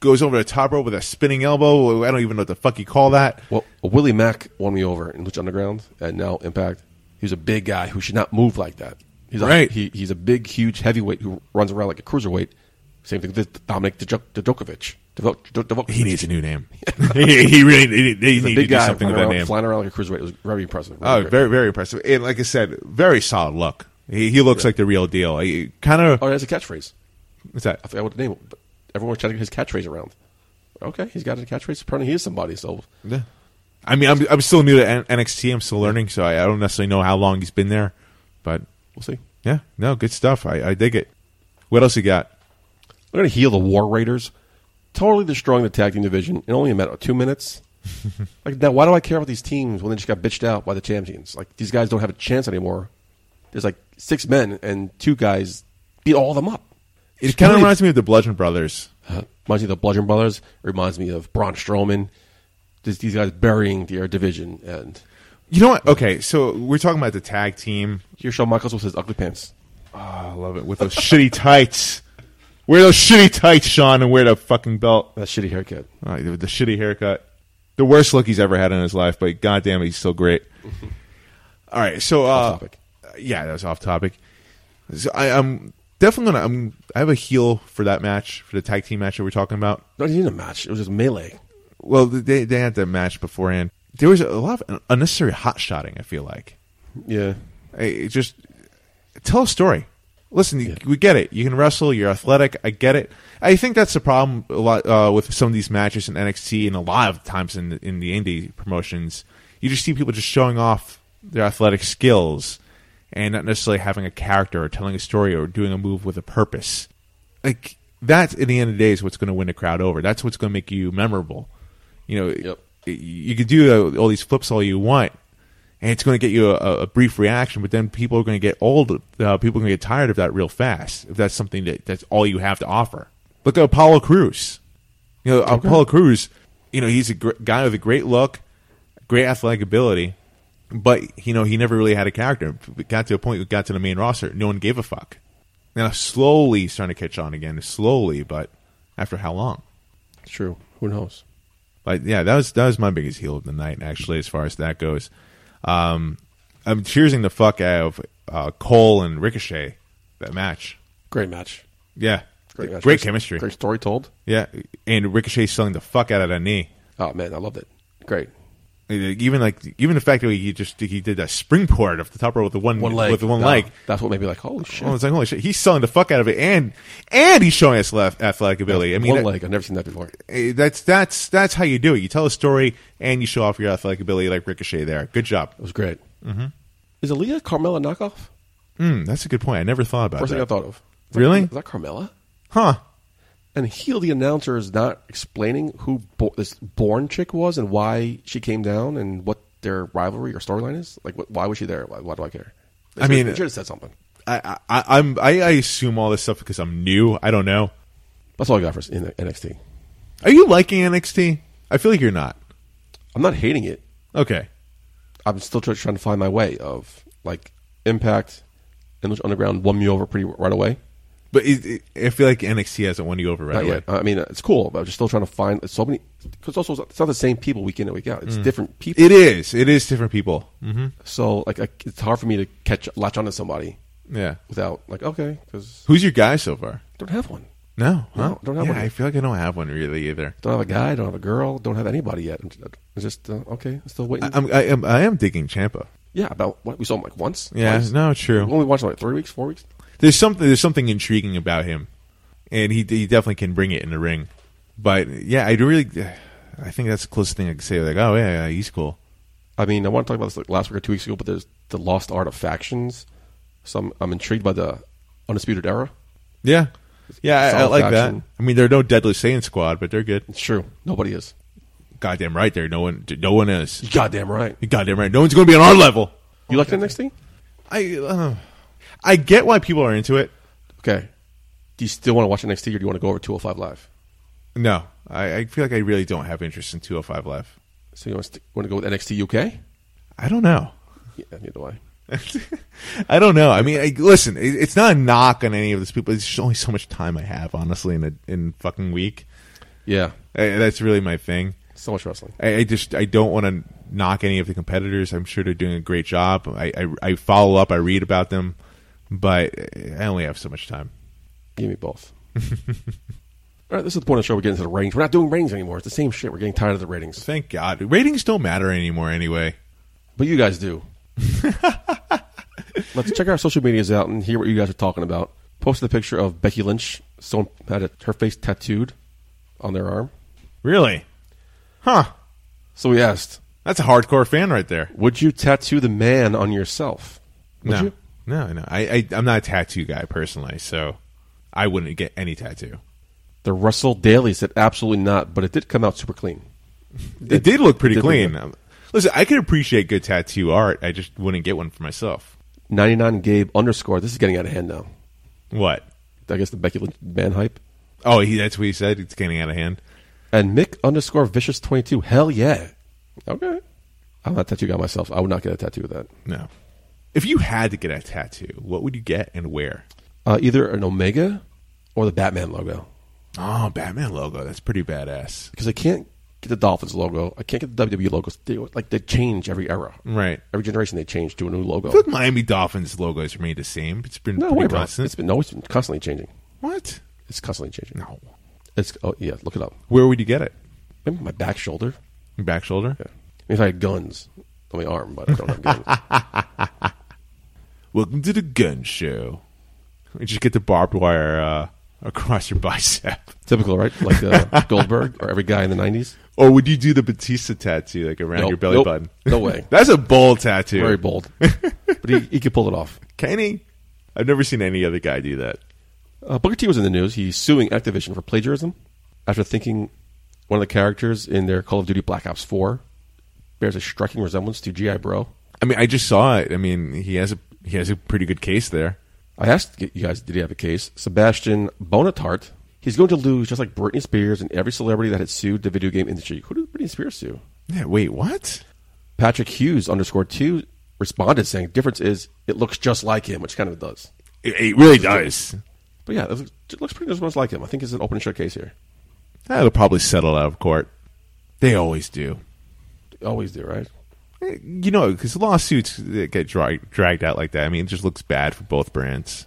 Speaker 3: goes over the top rope with a spinning elbow. I don't even know what the fuck you call that.
Speaker 2: Well, Willie Mack won me over in Lucha Underground and now Impact. He was a big guy who should not move like that. He's a,
Speaker 3: Right.
Speaker 2: He, he's a big, huge heavyweight who runs around like a cruiserweight. Same thing with Dominic Djo- Djokovic. Dvo- Djo- Dvo-
Speaker 3: He needs a new name. he, he really he, he
Speaker 2: He's a
Speaker 3: needs to
Speaker 2: big
Speaker 3: do
Speaker 2: guy
Speaker 3: something
Speaker 2: flying
Speaker 3: with that
Speaker 2: around,
Speaker 3: name.
Speaker 2: flying around like a cruiserweight. It was very impressive. Really
Speaker 3: Oh,
Speaker 2: great.
Speaker 3: very very impressive. And like I said, very solid look. He, he looks like the real deal. He kind of
Speaker 2: Oh, that's a catchphrase.
Speaker 3: what's that?
Speaker 2: I forgot what the name. But everyone was trying to get his catchphrase around. Okay, he's got a catchphrase. Apparently, he is somebody. So
Speaker 3: Yeah. I mean, I'm I'm still new to N- NXT. I'm still learning, so I, I don't necessarily know how long he's been there, but
Speaker 2: we'll see.
Speaker 3: yeah, no, good stuff. I, I dig it. What else you got?
Speaker 2: They're going to heal the War Raiders, totally destroying the tag team division in only a matter of two minutes. like now, why do I care about these teams when they just got bitched out by the champions? Like these guys don't have a chance anymore. There's like six men and two guys beat all of them up.
Speaker 3: It kind of reminds me of the Bludgeon Brothers.
Speaker 2: Uh, reminds me of the Bludgeon Brothers. Reminds me of Braun Strowman. Just these guys burying their division and
Speaker 3: You know what? Okay, so we're talking about the tag team.
Speaker 2: here Shawn Michaels with his ugly pants.
Speaker 3: I love it with those shitty tights. Wear those shitty tights, Sean, and wear the fucking belt.
Speaker 2: That shitty haircut.
Speaker 3: Uh, the the shitty haircut, the worst look he's ever had in his life. But goddamn, he's still great. All right, so uh,
Speaker 2: topic.
Speaker 3: yeah, that was off topic. So I, I'm definitely gonna. I'm, I have a heel for that match for the tag team match that we're talking about.
Speaker 2: Not even a match. It was just melee.
Speaker 3: Well, they they had the match beforehand. There was a lot of unnecessary hot shotting. I feel like
Speaker 2: Yeah.
Speaker 3: I- it just tell a story. Listen, you- we get it. You can wrestle. You're athletic. I get it. I think that's the problem a lot uh, with some of these matches in NXT and a lot of times in in the indie promotions. You just see people just showing off their athletic skills and not necessarily having a character or telling a story or doing a move with a purpose. Like that, in the end of the day, is what's going to win a crowd over. That's what's going to make you memorable. You know,
Speaker 2: Yep.
Speaker 3: y- you could do uh, all these flips all you want, and it's going to get you a, a brief reaction. But then people are going to get old. Uh, people are going to get tired of that real fast if that's something that that's all you have to offer. Look at Apollo Cruz. You know, Apollo Cruz. You know, he's a gr- guy with a great look, great athletic ability, but you know he never really had a character. It got to a point, it got to the main roster, no one gave a fuck. Now slowly starting to catch on again, slowly, but after how long?
Speaker 2: It's true. Who knows?
Speaker 3: But yeah, that was that was my biggest heel of the night, actually, as far as that goes. Um, I'm cheersing the fuck out of uh, Cole and Ricochet that match.
Speaker 2: Great match.
Speaker 3: Yeah,
Speaker 2: Great match.
Speaker 3: chemistry.
Speaker 2: Great story told.
Speaker 3: Yeah, and Ricochet selling the fuck out of that knee.
Speaker 2: Oh man, I loved it. Great.
Speaker 3: Even like even the fact that he just he did that spring port off the top rope with the one,
Speaker 2: One leg
Speaker 3: with the one
Speaker 2: Yeah.
Speaker 3: leg.
Speaker 2: That's what made me like, holy shit.
Speaker 3: I was like, holy shit, he's selling the fuck out of it, and and he's showing us left athletic ability. I mean,
Speaker 2: one
Speaker 3: that-
Speaker 2: leg. I've never seen that before.
Speaker 3: eh, that's that's that's how you do it. You tell a story and you show off your athletic ability, like Ricochet. There, good job.
Speaker 2: It was great. Mm-hmm. Is Aaliyah Carmella knockoff?
Speaker 3: Mm, that's a good point. I never thought about
Speaker 2: First
Speaker 3: that.
Speaker 2: thing I thought of. Is that-
Speaker 3: Really?
Speaker 2: Is that Carmella?
Speaker 3: Huh?
Speaker 2: And heel the announcer is not explaining who bo- this born chick was and why she came down and what their rivalry or storyline is. Like, what, why was she there? Why, why do I care? They
Speaker 3: I
Speaker 2: should-
Speaker 3: mean-
Speaker 2: they should have said something.
Speaker 3: I, I I'm I, I assume all this stuff because I'm new. I don't know.
Speaker 2: That's all I got for in the NXT.
Speaker 3: Are you liking NXT? I feel like you're not.
Speaker 2: I'm not hating it.
Speaker 3: Okay.
Speaker 2: I'm still try- trying to find my way of like Impact, English Underground won me over pretty right away.
Speaker 3: But it, it- I feel like NXT hasn't won you over right
Speaker 2: Not
Speaker 3: away.
Speaker 2: yet. I mean, uh, it's cool, but I'm just still trying to find so many. Because also, it's not the same people week in and week out.
Speaker 3: Mm.
Speaker 2: It's different people.
Speaker 3: It is. It is different people. hmm
Speaker 2: so like, I, it's hard for me to catch latch onto somebody
Speaker 3: Yeah.
Speaker 2: without like okay, because
Speaker 3: Who's your guy so far?
Speaker 2: I don't have one.
Speaker 3: No. Huh?
Speaker 2: No, don't have
Speaker 3: yeah,
Speaker 2: one.
Speaker 3: I feel like I don't have one really either.
Speaker 2: Don't have a guy. Don't have a girl. Don't have anybody yet. I'm just, I'm just, uh, okay. I'm still waiting.
Speaker 3: I, I'm, I am. I am digging Champa.
Speaker 2: yeah, about what we saw him like once.
Speaker 3: Yeah.
Speaker 2: twice.
Speaker 3: No. True.
Speaker 2: We only watched him like three weeks, four weeks.
Speaker 3: there's something there's something intriguing about him, and he he definitely can bring it in the ring. But yeah, I really, I think that's the closest thing I can say. Like, oh yeah, yeah he's cool.
Speaker 2: I mean, I want to talk about this like last week or two weeks ago, but there's the Lost Art of Factions. So I'm, I'm intrigued by the Undisputed Era.
Speaker 3: Yeah, yeah, I, I
Speaker 2: Solid
Speaker 3: like that.
Speaker 2: faction.
Speaker 3: I mean, there are no Deadly Saiyan squad, but they're good.
Speaker 2: It's true. Nobody is.
Speaker 3: Goddamn right, there no one, no one is.
Speaker 2: You're goddamn right.
Speaker 3: You're Goddamn right, no one's going to be on our level.
Speaker 2: You like the NXT?
Speaker 3: I, uh, I get why people are into it.
Speaker 2: Okay. Do you still want to watch NXT or do you want to go over 205 Live?
Speaker 3: No, I, I feel like I really don't have interest in 205 Live.
Speaker 2: So you want to, stick, want to go with NXT UK?
Speaker 3: I don't know.
Speaker 2: Yeah, neither do I.
Speaker 3: I don't know. I mean, I, listen, it, it's not a knock on any of these people. It's just only so much time I have, honestly, in a in fucking week.
Speaker 2: Yeah,
Speaker 3: I, that's really my thing.
Speaker 2: so much wrestling.
Speaker 3: I, I just I don't want to knock any of the competitors. I'm sure they're doing a great job. I, I I follow up. I read about them, but I only have so much time.
Speaker 2: Give me both. All right, this is the point of the show. We're getting to the ratings. We're not doing ratings anymore. It's the same shit. We're getting tired of the ratings.
Speaker 3: Thank God, ratings don't matter anymore anyway.
Speaker 2: But you guys do. Let's check our social medias out and hear what you guys are talking about. Posted a picture of Becky Lynch. Someone had a, her face tattooed on their arm.
Speaker 3: Really? Huh?
Speaker 2: So we asked,
Speaker 3: That's a hardcore fan right there.
Speaker 2: would you tattoo the man on yourself? Would
Speaker 3: no,
Speaker 2: you?
Speaker 3: no, no. I, I I'm not a tattoo guy personally, so I wouldn't get any tattoo.
Speaker 2: The Russell Daly said absolutely not, but it did come out super clean.
Speaker 3: It did look pretty
Speaker 2: Did look
Speaker 3: clean. Um, Listen, I could appreciate good tattoo art. I just wouldn't get one for myself.
Speaker 2: 99 Gabe underscore. This is getting out of hand now.
Speaker 3: What?
Speaker 2: I guess the Becky Lynch man hype.
Speaker 3: Oh, he, that's what he said. It's getting out of hand.
Speaker 2: And Mick underscore vicious 22. Hell yeah. Okay. I'm not a tattoo guy myself. I would not get a tattoo of that.
Speaker 3: No. If you had to get a tattoo, what would you get and where?
Speaker 2: Uh, either an Omega or the Batman logo.
Speaker 3: Oh, Batman logo. That's pretty badass.
Speaker 2: Because I can't get the Dolphins logo. I can't get the WWE logos. They, like, they change every era.
Speaker 3: Right.
Speaker 2: Every generation they change to a new logo.
Speaker 3: I feel like Miami Dolphins logos remain the same. It's been
Speaker 2: No
Speaker 3: pretty
Speaker 2: way, bro.
Speaker 3: constant.
Speaker 2: It's been always been constantly changing.
Speaker 3: what?
Speaker 2: It's constantly changing.
Speaker 3: No.
Speaker 2: It's oh yeah, look it up.
Speaker 3: Where would you get it?
Speaker 2: Maybe my back shoulder.
Speaker 3: Back shoulder.
Speaker 2: Maybe if I had guns on my arm, but I don't have guns.
Speaker 3: Welcome to the gun show. You just get the barbed wire uh, across your bicep.
Speaker 2: Typical, right? Like uh, Goldberg or every guy in the nineties.
Speaker 3: Or would you do the Batista tattoo, like around
Speaker 2: Nope.
Speaker 3: your belly
Speaker 2: Nope.
Speaker 3: button?
Speaker 2: No way.
Speaker 3: That's a bold tattoo.
Speaker 2: Very bold, but he, he could pull it off.
Speaker 3: Can he? I've never seen any other guy do that.
Speaker 2: Uh, Booker T was in the news. He's suing Activision for plagiarism after thinking one of the characters in their Call of Duty Black Ops Four bears a striking resemblance to GI Bro.
Speaker 3: I mean, I just saw it. I mean, he has a he has a pretty good case there.
Speaker 2: I asked you guys, did he have a case? Sebastian Bonatart. He's going to lose just like Britney Spears and every celebrity that has sued the video game industry. Who did Britney Spears sue?
Speaker 3: Yeah, wait, what?
Speaker 2: Patrick Hughes underscore two responded saying, difference is it looks just like him, which kind of it does.
Speaker 3: It, it really does.
Speaker 2: But yeah, it looks, it looks pretty much like him. I think it's an open and shut case here.
Speaker 3: That'll probably settle out of court. They always do.
Speaker 2: They always do, right?
Speaker 3: Eh, You know, because lawsuits that get drag, dragged out like that. I mean, it just looks bad for both brands.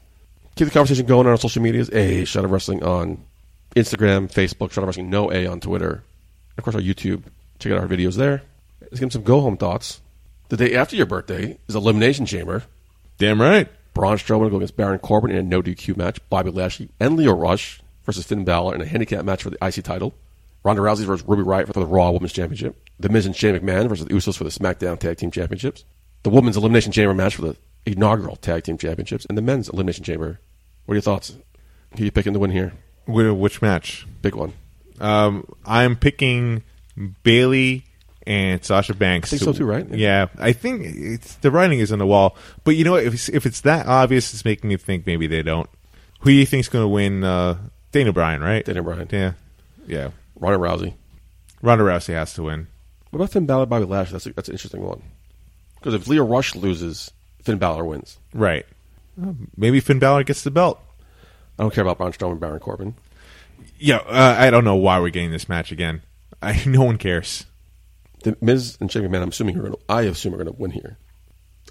Speaker 2: Keep the conversation going on our social medias. A Shot of Wrestling on Instagram, Facebook, Shot of Wrestling, no A on Twitter. Of course, our YouTube. Check out our videos there. Let's give him some go home thoughts. The day after your birthday is Elimination Chamber.
Speaker 3: Damn right.
Speaker 2: Braun Strowman go against Baron Corbin in a no DQ match. Bobby Lashley and Leo Rush versus Finn Balor in a handicap match for the IC title. Ronda Rousey versus Ruby Riot for the Raw Women's Championship. The Miz and Shane McMahon versus the Usos for the SmackDown Tag Team Championships. The Women's Elimination Chamber match for the inaugural Tag Team Championships. And the Men's Elimination Chamber. What are your thoughts? Who you picking to win here?
Speaker 3: Wh- Which match?
Speaker 2: Big one.
Speaker 3: Um, I'm picking Bailey and Sasha Banks.
Speaker 2: think so too, right?
Speaker 3: Yeah. I think it's the writing is on the wall. But you know, what? if it's, if it's that obvious, it's making me think maybe they don't. Who do you think's going to win? Uh, Dana Bryan, right?
Speaker 2: Dana Bryan.
Speaker 3: Yeah, yeah.
Speaker 2: Ronda Rousey.
Speaker 3: Ronda Rousey has to win.
Speaker 2: What about Finn Balor, Bobby Lashley? That's, a, that's an interesting one. Because if Leo Rush loses, Finn Balor wins.
Speaker 3: Right. Uh, Maybe Finn Balor gets the belt.
Speaker 2: I don't care about Braun Strowman, Baron Corbin.
Speaker 3: Yeah, uh, I don't know why we're getting this match again. I no one cares.
Speaker 2: the Miz and Shane McMahon, I'm assuming are going to, I assume are going to win here,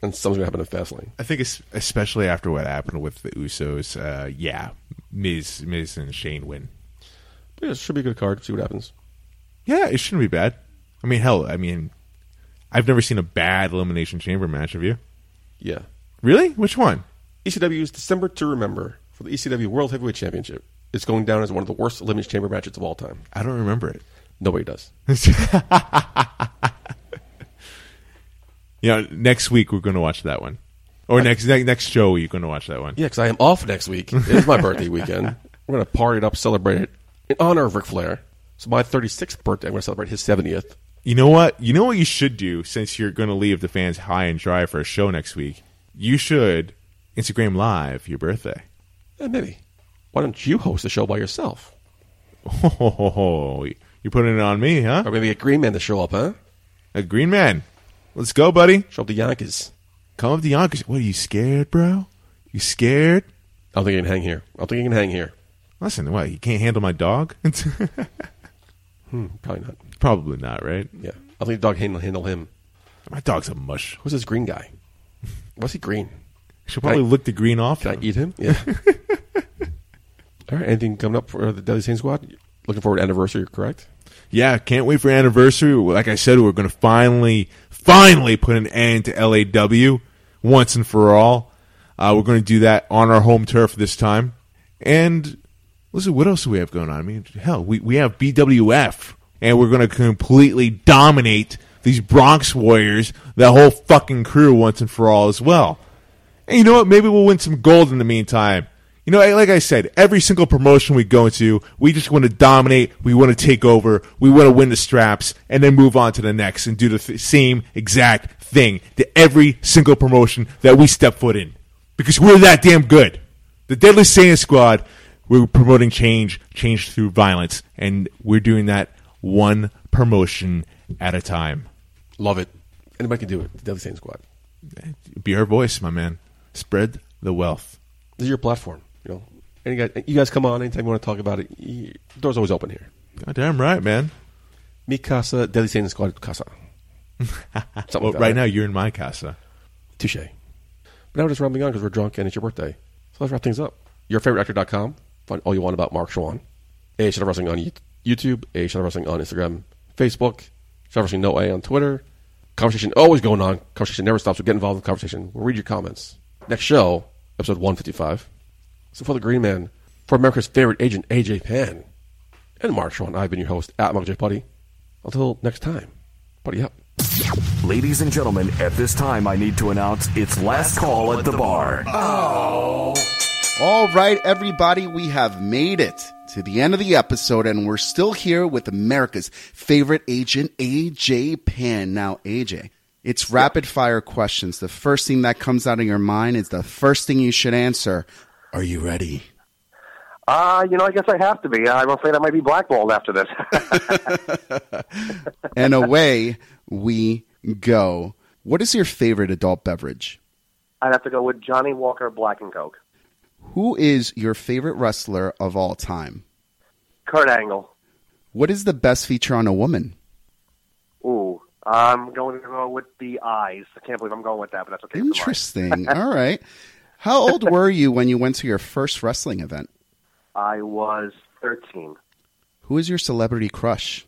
Speaker 2: and something's going to happen in Fastlane.
Speaker 3: I think es- especially after what happened with the Usos. Uh, yeah, Miz, Miz and Shane win.
Speaker 2: But yeah, it should be a good card. See what happens.
Speaker 3: Yeah, it shouldn't be bad. I mean, hell, I mean, I've never seen a bad elimination chamber match. Have you?
Speaker 2: Yeah, E
Speaker 3: Really? Which one?
Speaker 2: ECW's December to remember for the ECW World Heavyweight Championship. It's going down as one of the worst Elimination Chamber matches of all time.
Speaker 3: I don't remember it.
Speaker 2: Nobody does.
Speaker 3: You know, next week we're going to watch that one, or next ne- next show you're going to watch that one.
Speaker 2: Yeah, because I am off next week. It is my birthday weekend. We're going to party it up, celebrate it in honor of Ric Flair. So my 36th birthday, I'm going to celebrate his 70th.
Speaker 3: You know what? You know what you should do since you're going to leave the fans high and dry for a show next week. You should Instagram live your birthday.
Speaker 2: Eh, maybe. Why don't you host the show by yourself?
Speaker 3: Oh, you're putting it on me, huh?
Speaker 2: Or maybe get Green Man to show up, huh?
Speaker 3: A green man. Let's go, buddy.
Speaker 2: Show up the Yankees.
Speaker 3: Come up to Yonkers. What are you scared, bro? You scared?
Speaker 2: I don't think he can hang here. I don't think he can hang here.
Speaker 3: Listen, what? You can't handle my dog?
Speaker 2: Hmm, Probably not.
Speaker 3: Probably not, right?
Speaker 2: Yeah. I think the dog handle handle him.
Speaker 3: My dog's a mush.
Speaker 2: Who's this green guy? Why's he green?
Speaker 3: Should probably
Speaker 2: Right.
Speaker 3: lick the green off.
Speaker 2: Can I
Speaker 3: him.
Speaker 2: eat him? Yeah. All right. Anything coming up for the Deadly Saint Squad? Looking forward to anniversary, correct?
Speaker 3: Yeah, can't wait for anniversary. Like I said, we're going to finally, finally put an end to LAW once and for all. Uh, we're going to do that on our home turf this time. And listen, what else do we have going on? I mean, hell, we, we have BWF, and we're going to completely dominate these Bronx Warriors, that whole fucking crew once and for all as well. And you know what? Maybe we'll win some gold in the meantime. You know, like I said, every single promotion we go into, we just want to dominate. We want to take over. We want to win the straps and then move on to the next and do the th- same exact thing to every single promotion that we step foot in because we're that damn good. The Deadly Saiyan Squad, we're promoting change, change through violence, and we're doing that one promotion at a time.
Speaker 2: Love it. Anybody can do it. The Deadly Saint Squad.
Speaker 3: Be our voice, my man. Spread the wealth.
Speaker 2: This is your platform. You know, any guys, you guys come on anytime you want to talk about it. You, door's always open here.
Speaker 3: God damn right, man.
Speaker 2: Mi casa, Deadly Saint Squad casa. Something
Speaker 3: Well,
Speaker 2: like that.
Speaker 3: right now you're in my casa.
Speaker 2: Touche. But now we're just rambling on because we're drunk and it's your birthday. So let's wrap things up. YourFavoriteActor.com. Find all you want about Mark Schwann. A Shadow Wrestling on Yo- YouTube. A Shadow Wrestling on Instagram, Facebook. Shadow Wrestling No A on Twitter. Conversation always going on. Conversation never stops. So get involved in the conversation. We'll read your comments. Next show, episode 155. So for the Green Man, for America's favorite agent, AJ Penn, and Mark Schwann, I've been your host, at Mark J. Putty. Until next time, Putty up.
Speaker 7: Ladies and gentlemen, at this time, I need to announce it's last call at the bar.
Speaker 4: All right, everybody, we have made it to the end of the episode, and we're still here with America's favorite agent, AJ Pan. Now, AJ, it's rapid fire questions. The first thing that comes out of your mind is the first thing you should answer. Are you ready?
Speaker 5: Uh, you know, I guess I have to be. I'm afraid I might be blackballed after this.
Speaker 4: And away we go. What is your favorite adult beverage?
Speaker 5: I'd have to go with Johnny Walker Black and Coke.
Speaker 4: Who is your favorite wrestler of all time?
Speaker 5: Kurt Angle.
Speaker 4: What is the best feature on a woman?
Speaker 5: Ooh. I'm going to go with the eyes. I can't believe I'm going with that, but that's okay. It's mine.
Speaker 4: Interesting. All right. How old were you when you went to your first wrestling event?
Speaker 5: I was 13.
Speaker 4: Who is your celebrity crush?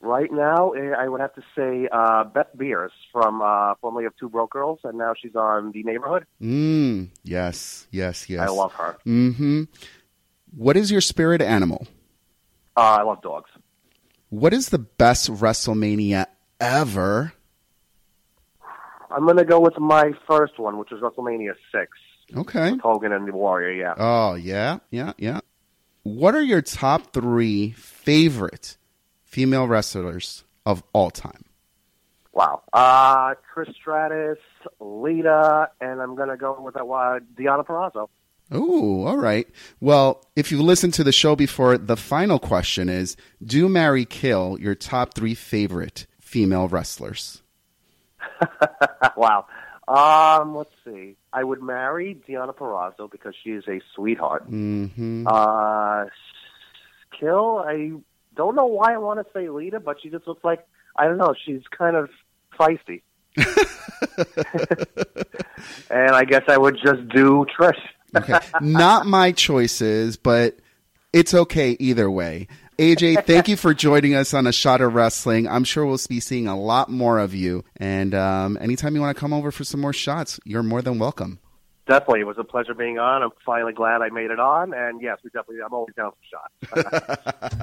Speaker 5: Right now, eh, I would have to say uh, Beth Beers from uh, formerly of Two Broke Girls, and now she's on The Neighborhood.
Speaker 4: Mm, yes, yes, yes.
Speaker 5: I love her.
Speaker 4: Mm-hmm. What is your spirit animal?
Speaker 5: Uh, I love dogs.
Speaker 4: What is the best WrestleMania ever?
Speaker 5: I'm going to go with my first one, which was WrestleMania 6.
Speaker 4: Okay.
Speaker 5: Hogan and the Warrior, yeah.
Speaker 4: Oh yeah, yeah, yeah. What are your top three favorite female wrestlers of all time?
Speaker 5: Wow. Uh, Chris Stratus, Lita, and I'm going to go with that one, Deanna Perrazzo.
Speaker 4: Oh, all right. Well, if you listened to the show before, the final question is: Do marry kill your top three favorite female wrestlers?
Speaker 5: wow. Um, let's see. I would marry Deanna Perrazzo because she is a sweetheart.
Speaker 4: Mm-hmm.
Speaker 5: Uh, Kill, I don't know why I want to say Lita, but she just looks like, I don't know, she's kind of feisty. and I guess I would just do Trish.
Speaker 4: Okay. Not my choices, but it's okay either way. AJ, thank you for joining us on A Shot of Wrestling. I'm sure we'll be seeing a lot more of you. And um, anytime you want to come over for some more shots, you're more than welcome.
Speaker 5: Definitely, it was a pleasure being on. I'm finally glad I made it on, and yes, we definitely. I'm always down for shots.